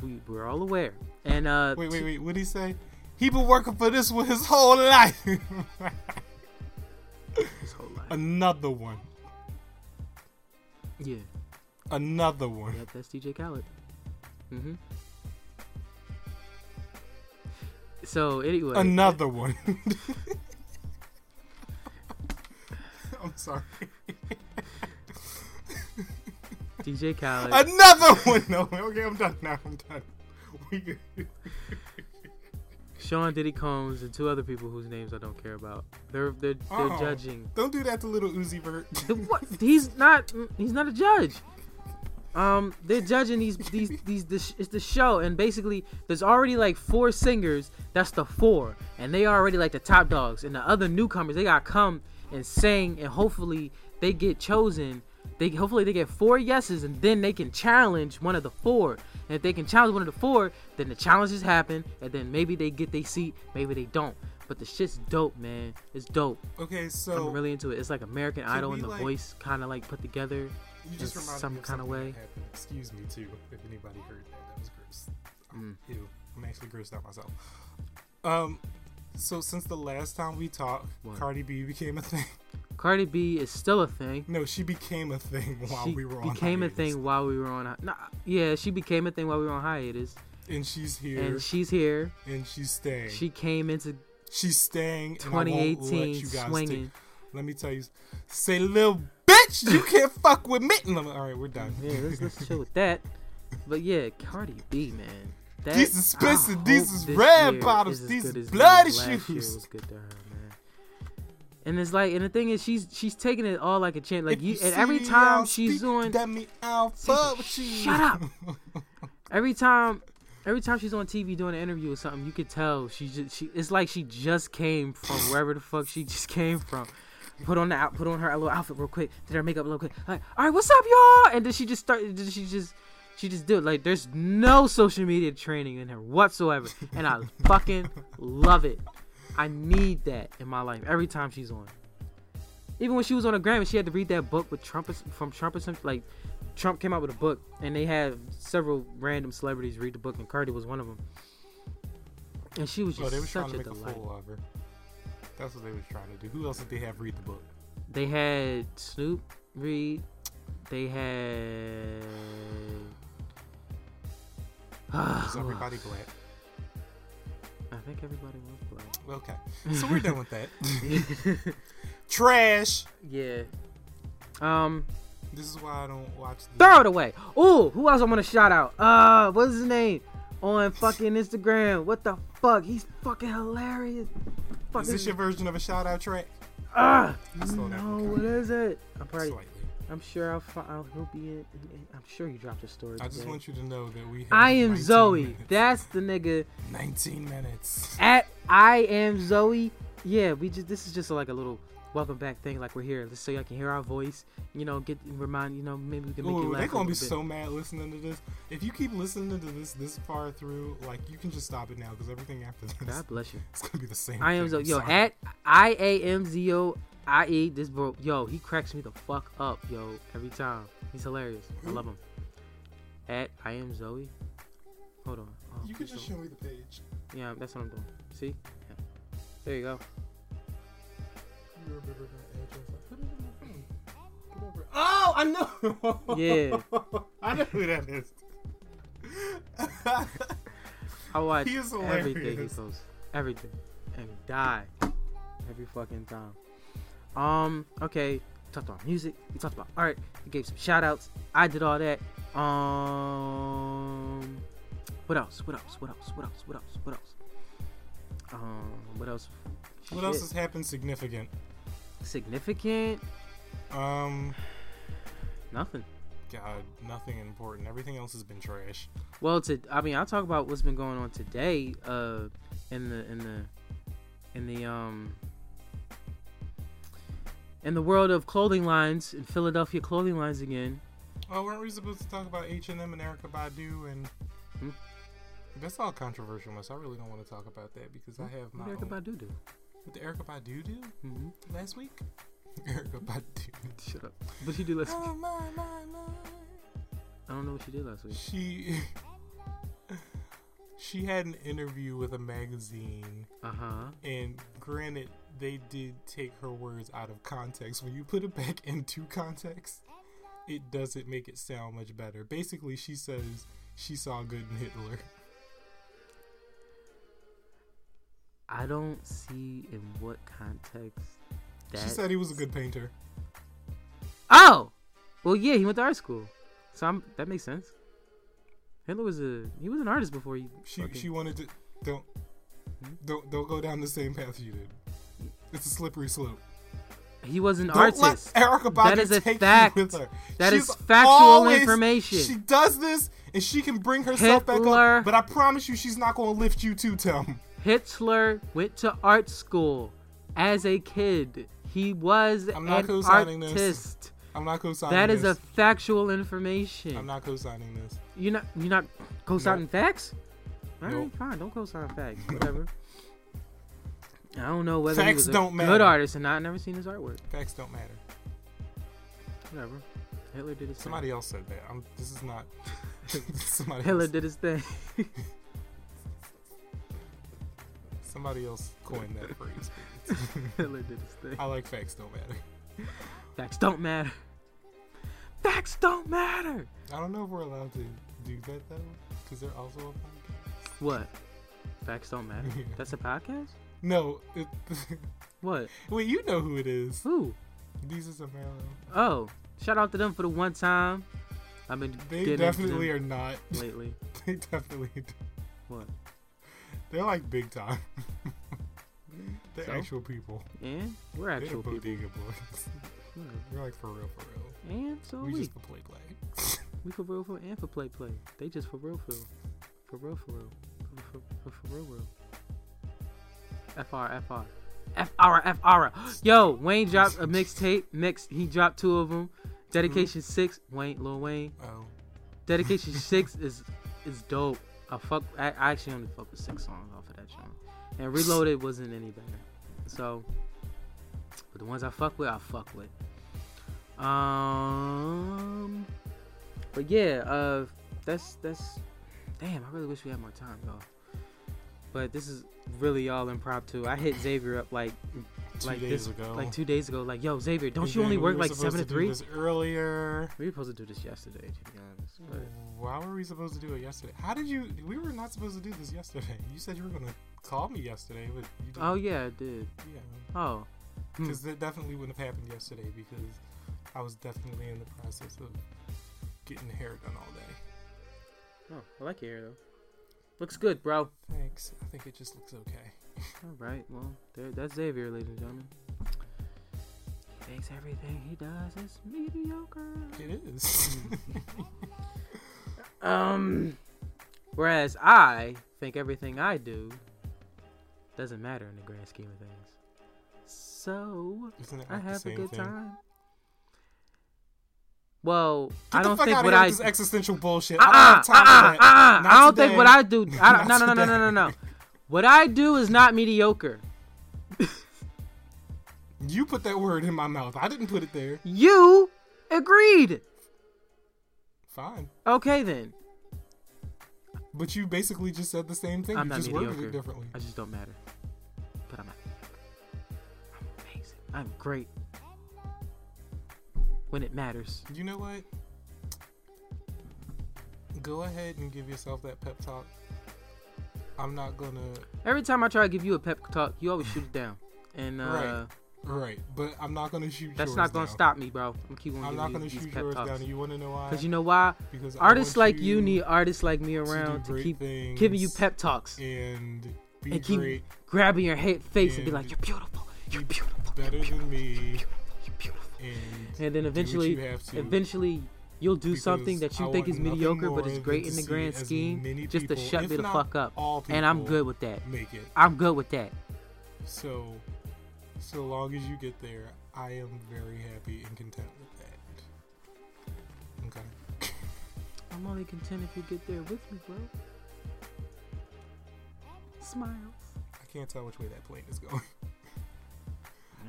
Speaker 2: we, we're all aware. And uh,
Speaker 1: Wait, wait, wait. What'd he say? He been working for this one his whole life.
Speaker 2: His whole life.
Speaker 1: Another one.
Speaker 2: yeah,
Speaker 1: Another one.
Speaker 2: yep, that's DJ Khaled. Mm-hmm. So anyway,
Speaker 1: Another one. I'm sorry.
Speaker 2: DJ Khaled.
Speaker 1: Another one. No. Okay, I'm done now. I'm done. We good.
Speaker 2: Sean Diddy Combs and two other people whose names I don't care about. They're they're, they're
Speaker 1: Oh.
Speaker 2: judging.
Speaker 1: Don't do that to little Uzi Vert.
Speaker 2: The- what? He's not he's not a judge. Um, they're judging these these these. This, it's the show, and basically, there's already like four singers. That's the four, and they already like the top dogs. And the other newcomers, they gotta come and sing, and hopefully they get chosen. They hopefully they get four yeses, and then they can challenge one of the four. And if they can challenge one of the four, then the challenges happen, and then maybe they get their seat, maybe they don't. But the shit's dope, man. It's dope.
Speaker 1: Okay, so
Speaker 2: I'm really into it. It's like American Idol
Speaker 1: we,
Speaker 2: and The
Speaker 1: like-
Speaker 2: Voice kind of like put together.
Speaker 1: you just
Speaker 2: in
Speaker 1: reminded
Speaker 2: some
Speaker 1: me of
Speaker 2: kind of
Speaker 1: something that
Speaker 2: way.
Speaker 1: happened. Excuse me too, if anybody heard that. That was gross.
Speaker 2: Mm.
Speaker 1: Ew. I'm actually grossed out myself. Um, so since the last time we talked,
Speaker 2: What?
Speaker 1: Cardi B became a thing.
Speaker 2: Cardi B is still a thing.
Speaker 1: No, she became a thing while
Speaker 2: she
Speaker 1: we were on.
Speaker 2: became a
Speaker 1: hiatus.
Speaker 2: thing while we were on. hi- Nah, yeah, she became a thing while we were on hiatus,
Speaker 1: and she's here,
Speaker 2: and
Speaker 1: and,
Speaker 2: she's here.
Speaker 1: she's staying.
Speaker 2: She came into
Speaker 1: she's staying. and I won't let
Speaker 2: 2018
Speaker 1: you guys
Speaker 2: swinging.
Speaker 1: take- Let me tell you, say little bitch, you can't fuck with me. No, all right, we're done.
Speaker 2: Yeah, let's, let's chill with that. But yeah, Cardi B, man. That,
Speaker 1: These is
Speaker 2: I
Speaker 1: Spencer, these
Speaker 2: hope
Speaker 1: is
Speaker 2: this
Speaker 1: red
Speaker 2: year
Speaker 1: bottoms,
Speaker 2: is as
Speaker 1: these
Speaker 2: good
Speaker 1: is
Speaker 2: as
Speaker 1: bloody
Speaker 2: last year
Speaker 1: shoes.
Speaker 2: was good to her, man. And it's like, and the thing is, she's she's taking it all like a champ. Like
Speaker 1: If
Speaker 2: you, and
Speaker 1: see
Speaker 2: every
Speaker 1: me
Speaker 2: time
Speaker 1: out
Speaker 2: she's
Speaker 1: speak,
Speaker 2: doing,
Speaker 1: that me out fuck with you.
Speaker 2: Shut up. every time every time she's on TV doing an interview or something, you could tell she just she it's like she just came from wherever the fuck she just came from. Put on the out, put on her little outfit real quick, did her makeup real quick. Like, all right, what's up, y'all? And then she just started. Then she just she just do it. Like, there's no social media training in her whatsoever, and I fucking love it. I need that in my life every time she's on. Even when she was on a Grammy, she had to read that book with Trump or s- from Trump or something. Like Trump came out with a book, and they had several random celebrities read the book, and Cardi was one of them. And she was
Speaker 1: Oh,
Speaker 2: just
Speaker 1: they were trying
Speaker 2: such
Speaker 1: to
Speaker 2: a
Speaker 1: make a
Speaker 2: delight.
Speaker 1: fool of her. That's what they was trying to do. Who else did they have read the book?
Speaker 2: They had Snoop Reed. They had
Speaker 1: Is everybody black?
Speaker 2: I think everybody was
Speaker 1: Okay. So we're done with that.
Speaker 2: black.
Speaker 1: Trash.
Speaker 2: yeah. Um,
Speaker 1: This is why I don't watch. The-
Speaker 2: throw it away. Ooh, who else I want to shout out? Uh, what's his name on fucking Instagram? What the fuck? He's fucking hilarious.
Speaker 1: is this your
Speaker 2: Fucking.
Speaker 1: version of a shout out track?
Speaker 2: Ah,
Speaker 1: Slow down,
Speaker 2: no,
Speaker 1: okay.
Speaker 2: what is it? I'm probably.
Speaker 1: Slightly.
Speaker 2: I'm sure I'll. Fi- I'll he'll be in. I'm sure he dropped a story.
Speaker 1: I just
Speaker 2: today.
Speaker 1: want you to know that we. Have
Speaker 2: I am
Speaker 1: 19
Speaker 2: Zoe.
Speaker 1: minutes.
Speaker 2: That's the nigga.
Speaker 1: 19 minutes.
Speaker 2: at I am Zoe. Yeah, we just this is just like a little welcome back thing. Like we're here, just so y'all can hear our voice. You know, get remind you know maybe we can make you
Speaker 1: Ooh,
Speaker 2: laugh.
Speaker 1: they're
Speaker 2: a
Speaker 1: gonna be
Speaker 2: little bit.
Speaker 1: so mad listening to this. If you keep listening to this this far through, like you can just stop it now because everything after this
Speaker 2: God bless you.
Speaker 1: it's gonna be the same.
Speaker 2: I am
Speaker 1: thing,
Speaker 2: Zoe.
Speaker 1: I'm
Speaker 2: Yo,
Speaker 1: sorry.
Speaker 2: at I A M Z O I E. This bro, yo, he cracks me the fuck up, yo, every time. He's hilarious. I love him. At I am Zoe. Hold on. Oh,
Speaker 1: you can
Speaker 2: please
Speaker 1: just
Speaker 2: don't-
Speaker 1: show me the page.
Speaker 2: yeah, that's what I'm doing. See? Yeah. There you go.
Speaker 1: You remember my address? I put it in my phone. Get over it. Oh, I know.
Speaker 2: Yeah.
Speaker 1: I know who that is.
Speaker 2: I watch
Speaker 1: He is
Speaker 2: everything he
Speaker 1: hilarious.
Speaker 2: posts. Everything. And die. Every fucking time. Um, okay. Talked about music. We talked about art. We gave some shout outs. I did all that. Um What else? What else? What else? What else? What else? What else? Um what else?
Speaker 1: what else
Speaker 2: Shit.
Speaker 1: has happened significant?
Speaker 2: significant?
Speaker 1: Um,
Speaker 2: Nothing.
Speaker 1: God, nothing important. Everything else has been trash.
Speaker 2: Well, to I mean, I'll talk about what's been going on today. Uh, in the in the in the um in the world of clothing lines in Philadelphia clothing lines again.
Speaker 1: Oh, weren't we supposed to talk about H and M and Erica Badu and?
Speaker 2: Hmm?
Speaker 1: That's all controversial, so I really don't want to talk about that because I have my.
Speaker 2: What Erica
Speaker 1: own-
Speaker 2: Badu do?
Speaker 1: What did Erica Badu do
Speaker 2: hmm
Speaker 1: last week? Erica Badu.
Speaker 2: Shut up. What she do last week?
Speaker 1: oh my my my.
Speaker 2: I don't know what she did last week.
Speaker 1: She. She had an interview with a magazine,
Speaker 2: Uh huh.
Speaker 1: and granted, they did take her words out of context. When you put it back into context, it doesn't make it sound much better. Basically, she says she saw good in Hitler.
Speaker 2: I don't see in what context that.
Speaker 1: She said he was a good painter.
Speaker 2: Oh, well, yeah, he went to art school, so I'm, that makes sense. Hitler was a he was an artist before he.
Speaker 1: She
Speaker 2: fucking-
Speaker 1: she wanted to don't
Speaker 2: Hmm?
Speaker 1: don't don't go down the same path you did. It's a slippery slope.
Speaker 2: He was an
Speaker 1: Don't
Speaker 2: artist.
Speaker 1: let Erica Badu
Speaker 2: That is a
Speaker 1: take
Speaker 2: fact.
Speaker 1: you with her.
Speaker 2: That is
Speaker 1: She's
Speaker 2: factual
Speaker 1: always-
Speaker 2: information.
Speaker 1: She does this and she can bring herself back
Speaker 2: Hitler.
Speaker 1: up. But I promise you, she's not going to lift you too, Tom.
Speaker 2: Hitler went to art school as a kid. He was
Speaker 1: I'm not
Speaker 2: an
Speaker 1: co-signing this.
Speaker 2: artist.
Speaker 1: I'm not co-signing.
Speaker 2: That is a
Speaker 1: this.
Speaker 2: factual information.
Speaker 1: I'm not co-signing this.
Speaker 2: you're not you're not co-signing facts. All right,
Speaker 1: Nope.
Speaker 2: fine. Don't co-sign facts. Whatever. I don't know whether he
Speaker 1: Facts
Speaker 2: was a
Speaker 1: don't
Speaker 2: good
Speaker 1: matter.
Speaker 2: artist or not. I've never seen his artwork.
Speaker 1: Facts don't matter.
Speaker 2: Whatever. Hitler did his thing.
Speaker 1: Somebody else said that. I'm, this is not. somebody.
Speaker 2: Hitler
Speaker 1: else,
Speaker 2: did his thing.
Speaker 1: somebody else coined that phrase.
Speaker 2: Hitler did his thing.
Speaker 1: I like facts don't matter.
Speaker 2: Facts don't matter. Facts don't matter.
Speaker 1: I don't know if we're allowed to do that though, because they're also a podcast.
Speaker 2: What? Facts don't matter.
Speaker 1: Yeah.
Speaker 2: That's a podcast.
Speaker 1: No, it,
Speaker 2: What?
Speaker 1: wait, you know who it is.
Speaker 2: Who?
Speaker 1: These is Maryland.
Speaker 2: Oh, shout out to them for the one time. I've been
Speaker 1: They
Speaker 2: getting
Speaker 1: definitely
Speaker 2: into
Speaker 1: are not.
Speaker 2: them lately.
Speaker 1: They definitely.
Speaker 2: What?
Speaker 1: They're like big time. they're
Speaker 2: So?
Speaker 1: actual people.
Speaker 2: And we're actual
Speaker 1: they're
Speaker 2: people.
Speaker 1: bodega boys. They're like for real, for real.
Speaker 2: And so
Speaker 1: We
Speaker 2: we we,
Speaker 1: just the play play.
Speaker 2: for real for and for play play. They just for real for real. for real for real for for, for, for real real. FR FR. FR FR. Yo, Wayne dropped a mixtape. Mix. He dropped two of them. Dedication
Speaker 1: Mm-hmm.
Speaker 2: six. Wayne Lil Wayne.
Speaker 1: oh,
Speaker 2: Dedication six is is dope. I fuck. I, I actually only fuck with six songs off of that joint, and Reloaded wasn't any better. So, but the ones I fuck with, I fuck with. Um, but yeah, uh, that's that's. Damn, I really wish we had more time, y'all. But this is really all impromptu. I hit Xavier up like
Speaker 1: two
Speaker 2: like this,
Speaker 1: days ago.
Speaker 2: like two days ago. Like, yo, Xavier, don't you
Speaker 1: Again,
Speaker 2: only
Speaker 1: we
Speaker 2: work
Speaker 1: were
Speaker 2: like seven
Speaker 1: supposed
Speaker 2: to
Speaker 1: do
Speaker 2: three?
Speaker 1: This earlier.
Speaker 2: We were supposed to do this yesterday, to be honest. But
Speaker 1: Why were we supposed to do it yesterday? How did you? We were not supposed to do this yesterday. You said you were gonna call me yesterday, but you didn't.
Speaker 2: oh yeah, I did.
Speaker 1: yeah,
Speaker 2: Oh, Hmm.
Speaker 1: because that definitely wouldn't have happened yesterday because I was definitely in the process of getting hair done all day.
Speaker 2: oh, I like your hair though. Looks good, bro.
Speaker 1: Thanks. I think it just looks okay.
Speaker 2: All right, well, there, that's Xavier, ladies and gentlemen. He thinks everything he does is mediocre.
Speaker 1: It is.
Speaker 2: Um, whereas I think everything I do doesn't matter in the grand scheme of things. So
Speaker 1: Isn't it
Speaker 2: I
Speaker 1: like the
Speaker 2: have a
Speaker 1: same
Speaker 2: good
Speaker 1: thing?
Speaker 2: time. Well,
Speaker 1: Get
Speaker 2: I
Speaker 1: the
Speaker 2: don't
Speaker 1: fuck
Speaker 2: think
Speaker 1: outta
Speaker 2: what
Speaker 1: here with
Speaker 2: I
Speaker 1: this existential bullshit.
Speaker 2: uh-uh,
Speaker 1: I don't have time
Speaker 2: uh-uh,
Speaker 1: for that.
Speaker 2: uh-uh.
Speaker 1: Not
Speaker 2: I don't think
Speaker 1: today.
Speaker 2: what I do. I don't, no,
Speaker 1: Not
Speaker 2: no, no, no, no, no, no.
Speaker 1: today.
Speaker 2: What I do is not mediocre.
Speaker 1: You put that word in my mouth. I didn't put it there.
Speaker 2: You agreed.
Speaker 1: Fine.
Speaker 2: Okay then.
Speaker 1: But you basically just said the same thing.
Speaker 2: I'm
Speaker 1: you
Speaker 2: not
Speaker 1: just worded
Speaker 2: mediocre.
Speaker 1: it differently.
Speaker 2: I just don't matter. But I'm not. I'm amazing. I'm great. When it matters.
Speaker 1: You know what? Go ahead and give yourself that pep talk. I'm not gonna
Speaker 2: Every time I try to give you a pep talk, you always shoot it down. And uh,
Speaker 1: Right. right, but I'm not gonna shoot.
Speaker 2: that's
Speaker 1: yours
Speaker 2: not gonna
Speaker 1: down.
Speaker 2: stop me, bro. I'm gonna keep on
Speaker 1: I'm
Speaker 2: giving
Speaker 1: not
Speaker 2: you
Speaker 1: gonna
Speaker 2: these
Speaker 1: shoot
Speaker 2: pep
Speaker 1: yours
Speaker 2: talks.
Speaker 1: down. And you wanna know why?
Speaker 2: Cause you know why?
Speaker 1: because I
Speaker 2: Artists
Speaker 1: want
Speaker 2: like you, need artists like me
Speaker 1: to
Speaker 2: around
Speaker 1: do
Speaker 2: to,
Speaker 1: great
Speaker 2: keep
Speaker 1: things
Speaker 2: giving you pep talks,
Speaker 1: and be
Speaker 2: and keep-
Speaker 1: great,
Speaker 2: grabbing your head face and be
Speaker 1: and
Speaker 2: like, "You're beautiful. You're
Speaker 1: be
Speaker 2: beautiful. You're
Speaker 1: better
Speaker 2: beautiful.
Speaker 1: than me,
Speaker 2: You're beautiful."
Speaker 1: and
Speaker 2: And then
Speaker 1: do what
Speaker 2: eventually,
Speaker 1: you have to.
Speaker 2: eventually you'll do something
Speaker 1: because
Speaker 2: that you
Speaker 1: I
Speaker 2: think
Speaker 1: want
Speaker 2: is
Speaker 1: nothing
Speaker 2: mediocre but
Speaker 1: more
Speaker 2: is great in
Speaker 1: than to
Speaker 2: the
Speaker 1: see
Speaker 2: grand
Speaker 1: as
Speaker 2: scheme
Speaker 1: many
Speaker 2: just to
Speaker 1: people,
Speaker 2: shut
Speaker 1: if
Speaker 2: me the
Speaker 1: not
Speaker 2: fuck up
Speaker 1: all
Speaker 2: and i'm
Speaker 1: people,
Speaker 2: good with that
Speaker 1: make it.
Speaker 2: i'm good with that
Speaker 1: So, so long as you get there, I am very happy and content with that. Okay.
Speaker 2: i'm only content if you get there with me bro smiles
Speaker 1: I can't tell which way that plane is going.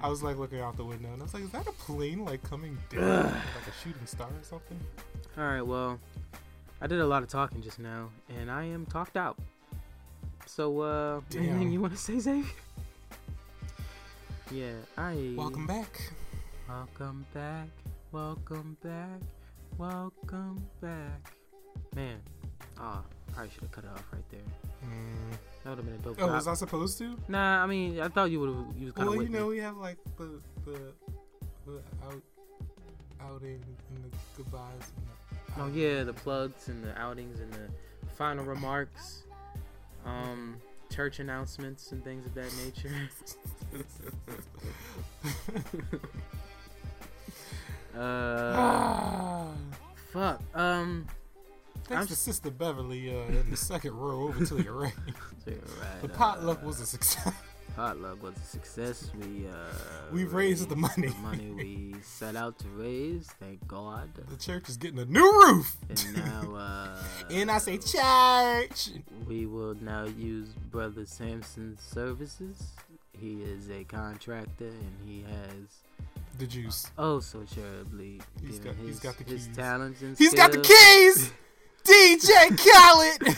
Speaker 1: I was like looking out the window and I was like, is that a plane like coming down? like a shooting star or something?
Speaker 2: all right well i did a lot of talking just now and i am talked out so uh anything
Speaker 1: Damn.
Speaker 2: you want to say xavier yeah i
Speaker 1: Welcome back.
Speaker 2: Welcome back, welcome back, welcome back. Man, ah, probably should have cut it off right there.
Speaker 1: Mm.
Speaker 2: That would have been a dope.
Speaker 1: Oh,
Speaker 2: drop.
Speaker 1: was I supposed to?
Speaker 2: Nah, I mean, I thought you would have. You was kind of
Speaker 1: Well,
Speaker 2: with
Speaker 1: you know,
Speaker 2: me.
Speaker 1: we have like the the, the out, outing and the goodbyes. And the
Speaker 2: Oh yeah, the plugs and the outings and the final remarks, um, church announcements and things of that nature. uh,
Speaker 1: Ah.
Speaker 2: fuck. Um,
Speaker 1: Thanks
Speaker 2: I'm
Speaker 1: to
Speaker 2: s-
Speaker 1: Sister Beverly uh, in the second row over to your right.
Speaker 2: so you're right,
Speaker 1: The
Speaker 2: uh,
Speaker 1: potluck was a success.
Speaker 2: potluck was a success. We uh,
Speaker 1: We raised the money.
Speaker 2: The money we set out to raise, thank God.
Speaker 1: The church is getting a new roof.
Speaker 2: And now, uh,
Speaker 1: And I say church.
Speaker 2: we will now use Brother Samson's services. He is a contractor, and he has
Speaker 1: The juice.
Speaker 2: oh so terribly
Speaker 1: He's
Speaker 2: given
Speaker 1: got- he's
Speaker 2: his,
Speaker 1: got the
Speaker 2: his
Speaker 1: keys.
Speaker 2: talents and
Speaker 1: He's got the
Speaker 2: skills.
Speaker 1: keys. DJ Khaled.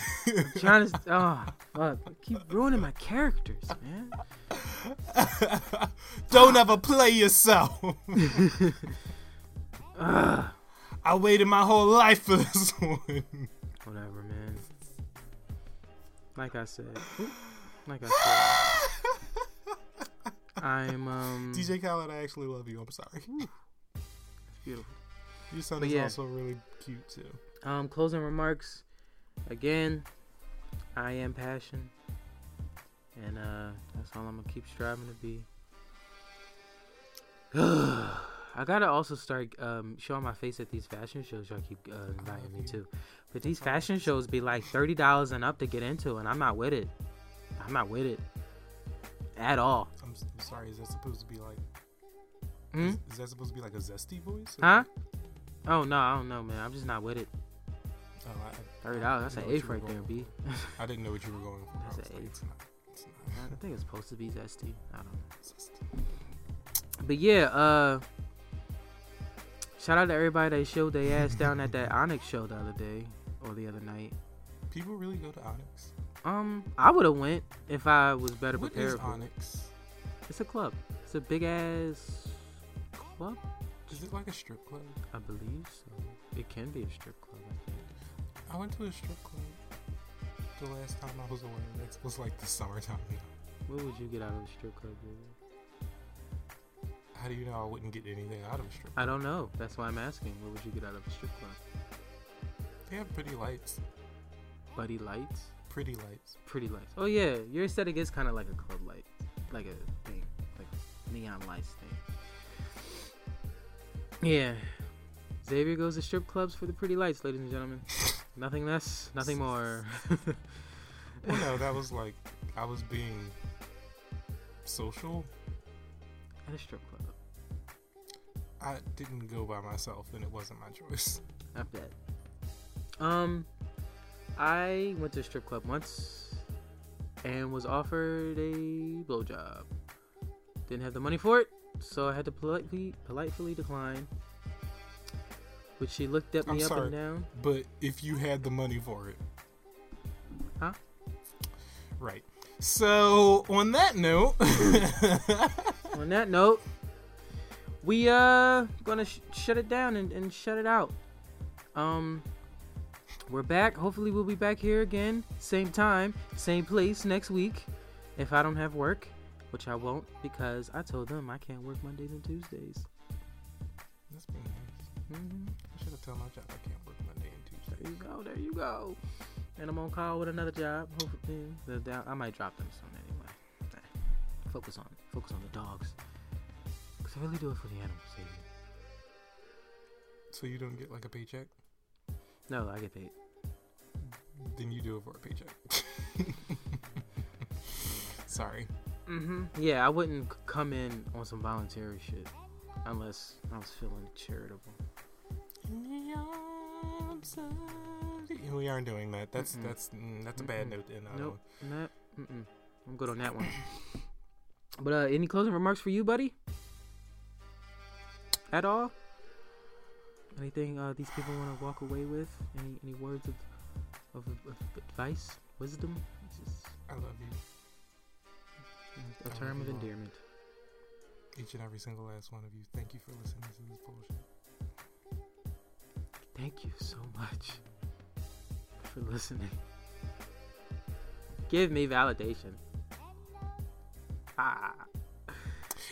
Speaker 2: Trying to oh fuck, I keep ruining my characters, man.
Speaker 1: Don't ever play yourself.
Speaker 2: Ugh.
Speaker 1: I waited my whole life for this one.
Speaker 2: Whatever, man. Like I said, oop, like I said, I'm um.
Speaker 1: DJ Khaled, I actually love you. I'm sorry.
Speaker 2: Beautiful.
Speaker 1: Your son
Speaker 2: But
Speaker 1: is
Speaker 2: yeah.
Speaker 1: also really cute too.
Speaker 2: Um, closing remarks. Again, I am passion, and uh, that's all I'm gonna keep striving to be. I gotta also start um, showing my face at these fashion shows y'all keep uh, inviting me to. But these fashion shows be like thirty dollars and up to get into, and I'm not with it. I'm not with it at all.
Speaker 1: I'm, s- I'm sorry. Is that supposed to be like?
Speaker 2: Hmm?
Speaker 1: Is, is that supposed to be like a zesty voice?
Speaker 2: Huh? Oh no, I don't know, man. I'm just not with it.
Speaker 1: Oh, I,
Speaker 2: Thirty dollars. That's
Speaker 1: I
Speaker 2: an
Speaker 1: didn't know
Speaker 2: eighth
Speaker 1: what
Speaker 2: right
Speaker 1: you were
Speaker 2: there,
Speaker 1: going
Speaker 2: B.
Speaker 1: for. I didn't know what you were going for.
Speaker 2: That's
Speaker 1: I was
Speaker 2: an
Speaker 1: like,
Speaker 2: eight.
Speaker 1: it's not. It's
Speaker 2: I
Speaker 1: not.
Speaker 2: think it's supposed to be zesty. I don't know.
Speaker 1: It's just-
Speaker 2: But yeah, uh shout out to everybody that showed their ass down at that Onyx show the other day or the other night.
Speaker 1: People really go to Onyx.
Speaker 2: Um, I would have went if I was better
Speaker 1: What is
Speaker 2: prepared. for it.
Speaker 1: Onyx?
Speaker 2: It's a club. It's a big ass club,
Speaker 1: Is it like a strip club?
Speaker 2: I believe so. It can be a strip club. I think.
Speaker 1: I went to a strip club the last time I was away. It was like the summertime.
Speaker 2: What would you get out of a strip club? Baby?
Speaker 1: How do you know I wouldn't get anything out of a strip? club?
Speaker 2: I don't know. That's why I'm asking. What would you get out of a strip club?
Speaker 1: They have pretty lights.
Speaker 2: Buddy lights,
Speaker 1: Pretty lights.
Speaker 2: pretty lights. Oh yeah, your aesthetic is kind of like a club light, like a thing, like neon lights thing. Yeah, Xavier goes to strip clubs for the pretty lights, ladies and gentlemen. nothing less, nothing more.
Speaker 1: Well, no, that was like I was being social.
Speaker 2: At a strip club,
Speaker 1: I didn't go by myself, and it wasn't my choice.
Speaker 2: I bet. Um, I went to a strip club once and was offered a blowjob. Didn't have the money for it, so I had to politely, politely decline. But she looked at me
Speaker 1: I'm
Speaker 2: up
Speaker 1: sorry.
Speaker 2: and down.
Speaker 1: But if you had the money for it,
Speaker 2: Huh?
Speaker 1: Right. So on that note,
Speaker 2: On that note, we uh gonna sh- shut it down and, and shut it out. Um, we're back. Hopefully, we'll be back here again, same time, same place next week. If I don't have work, which I won't, because I told them I can't work Mondays and Tuesdays.
Speaker 1: that's been nice.
Speaker 2: hmm
Speaker 1: I should have told my job I can't work Monday and
Speaker 2: There you
Speaker 1: Tuesday.
Speaker 2: go. There you go. And I'm on call with another job. Hopefully, the down, I might drop them soon anyway. Nah, Focus on focus on the dogs, cause I really do it for the animals. Baby.
Speaker 1: So you don't get like a paycheck,
Speaker 2: No, I get paid.
Speaker 1: then you do it for a paycheck. Sorry.
Speaker 2: hmm Yeah, I wouldn't c- come in on some voluntary shit unless I was feeling charitable.
Speaker 1: In the arms of the- We aren't doing that. That's
Speaker 2: Mm-mm.
Speaker 1: that's mm, that's a bad
Speaker 2: Mm-mm.
Speaker 1: note. In, uh,
Speaker 2: Nope. Nah, mm-mm. I'm good on that one. But uh, any closing remarks for you, buddy? At all? Anything uh, these people want to walk away with? Any any words of of, of advice, wisdom? It's just
Speaker 1: I love you,
Speaker 2: a
Speaker 1: Oh,
Speaker 2: term of
Speaker 1: yeah.
Speaker 2: endearment.
Speaker 1: each and every single last one of you. Thank you for listening to this bullshit.
Speaker 2: Thank you so much for listening. Give me validation. Ah.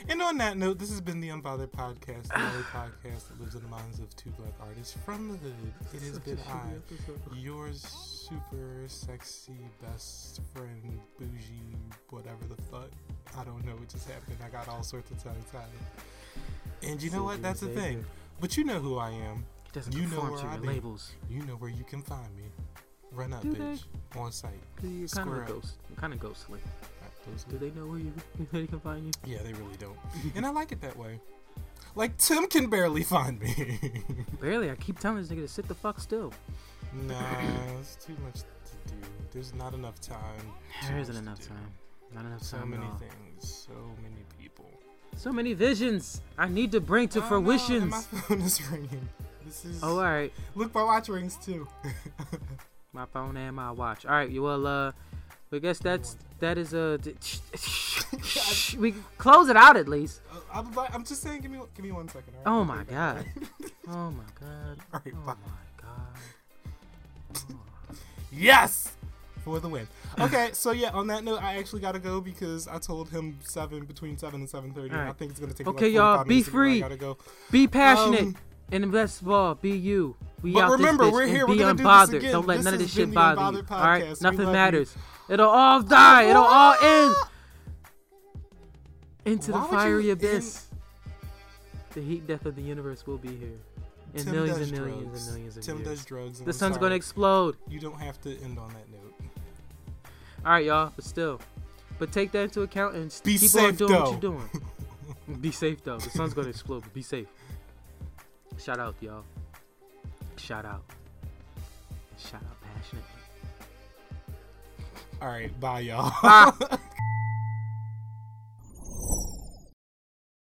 Speaker 1: And on that note, this has been the Unbothered Podcast, the only podcast that lives in the minds of two black artists from the hood. It has been I, your super sexy best friend, bougie, whatever the fuck. I don't know what just happened. I got all sorts of tongue tied. And you know what? That's the thing. But you know who I am.
Speaker 2: It doesn't
Speaker 1: You know
Speaker 2: conform
Speaker 1: where
Speaker 2: to
Speaker 1: I
Speaker 2: your
Speaker 1: be.
Speaker 2: labels.
Speaker 1: You know where you can find me. Run up,
Speaker 2: Do they?
Speaker 1: bitch. On site.
Speaker 2: 'Cause You're kind
Speaker 1: Square
Speaker 2: of
Speaker 1: up.
Speaker 2: a ghost. You're kind of ghostly.
Speaker 1: Those-
Speaker 2: Do they know where you they can find you?
Speaker 1: Yeah, they really don't. and I like it that way. Like Tim can barely find me.
Speaker 2: Barely. I keep telling this nigga to sit the fuck still.
Speaker 1: nah, it's too much to do. There's not enough time. too
Speaker 2: There isn't
Speaker 1: much to
Speaker 2: enough
Speaker 1: do.
Speaker 2: time. Not enough
Speaker 1: So
Speaker 2: time.
Speaker 1: many
Speaker 2: at all.
Speaker 1: things. So many people.
Speaker 2: So many visions I need to bring to
Speaker 1: Oh, no, and
Speaker 2: fruitions.
Speaker 1: my phone is ringing. This is.
Speaker 2: Oh, all right.
Speaker 1: Look, my watch rings too.
Speaker 2: my phone and my watch. All right, you well, uh, I guess that's that is a we close it out at least.
Speaker 1: Uh, I'm, like, I'm just saying. Give me, one- give me one second. all right?
Speaker 2: Oh
Speaker 1: I'll
Speaker 2: my
Speaker 1: be back.
Speaker 2: god. Oh my god.
Speaker 1: All
Speaker 2: Oh
Speaker 1: right,
Speaker 2: my
Speaker 1: bye.
Speaker 2: god.
Speaker 1: Yes! For the win. Okay, so yeah, on that note, I actually gotta go because I told him seven between seven and seven thirty. I
Speaker 2: Alright.
Speaker 1: think it's gonna take. me,
Speaker 2: Okay,
Speaker 1: like
Speaker 2: y'all,
Speaker 1: 45
Speaker 2: be
Speaker 1: minutes to get where I
Speaker 2: free.
Speaker 1: gotta go.
Speaker 2: Be passionate
Speaker 1: Um,
Speaker 2: and best of all, be you. We
Speaker 1: but
Speaker 2: out this
Speaker 1: remember,
Speaker 2: bitch
Speaker 1: we're
Speaker 2: and
Speaker 1: here. We're
Speaker 2: Be
Speaker 1: gonna do this
Speaker 2: unbothered.
Speaker 1: again.
Speaker 2: Don't let
Speaker 1: This
Speaker 2: none of
Speaker 1: has
Speaker 2: this
Speaker 1: been
Speaker 2: shit
Speaker 1: the
Speaker 2: bother you.
Speaker 1: Unbothered
Speaker 2: All right,
Speaker 1: Podcast. We
Speaker 2: nothing
Speaker 1: love you.
Speaker 2: matters. It'll all die. It'll all end into
Speaker 1: Why
Speaker 2: the
Speaker 1: would
Speaker 2: fiery
Speaker 1: you
Speaker 2: abyss. The heat death of the universe will be here. And
Speaker 1: Tim
Speaker 2: millions
Speaker 1: does
Speaker 2: and millions
Speaker 1: drugs.
Speaker 2: and millions of
Speaker 1: Tim
Speaker 2: years.
Speaker 1: does drugs. And
Speaker 2: The
Speaker 1: I'm
Speaker 2: sun's
Speaker 1: sorry.
Speaker 2: gonna explode.
Speaker 1: You don't have to end on that note.
Speaker 2: All right, y'all, but still, but take that into account and s-
Speaker 1: Be
Speaker 2: keep
Speaker 1: safe,
Speaker 2: on doing what
Speaker 1: though.
Speaker 2: you're doing. be safe though. The sun's gonna explode. But be safe. Shout out, y'all. Shout out. Shout out passionately.
Speaker 1: All right, bye, y'all.
Speaker 2: Ah.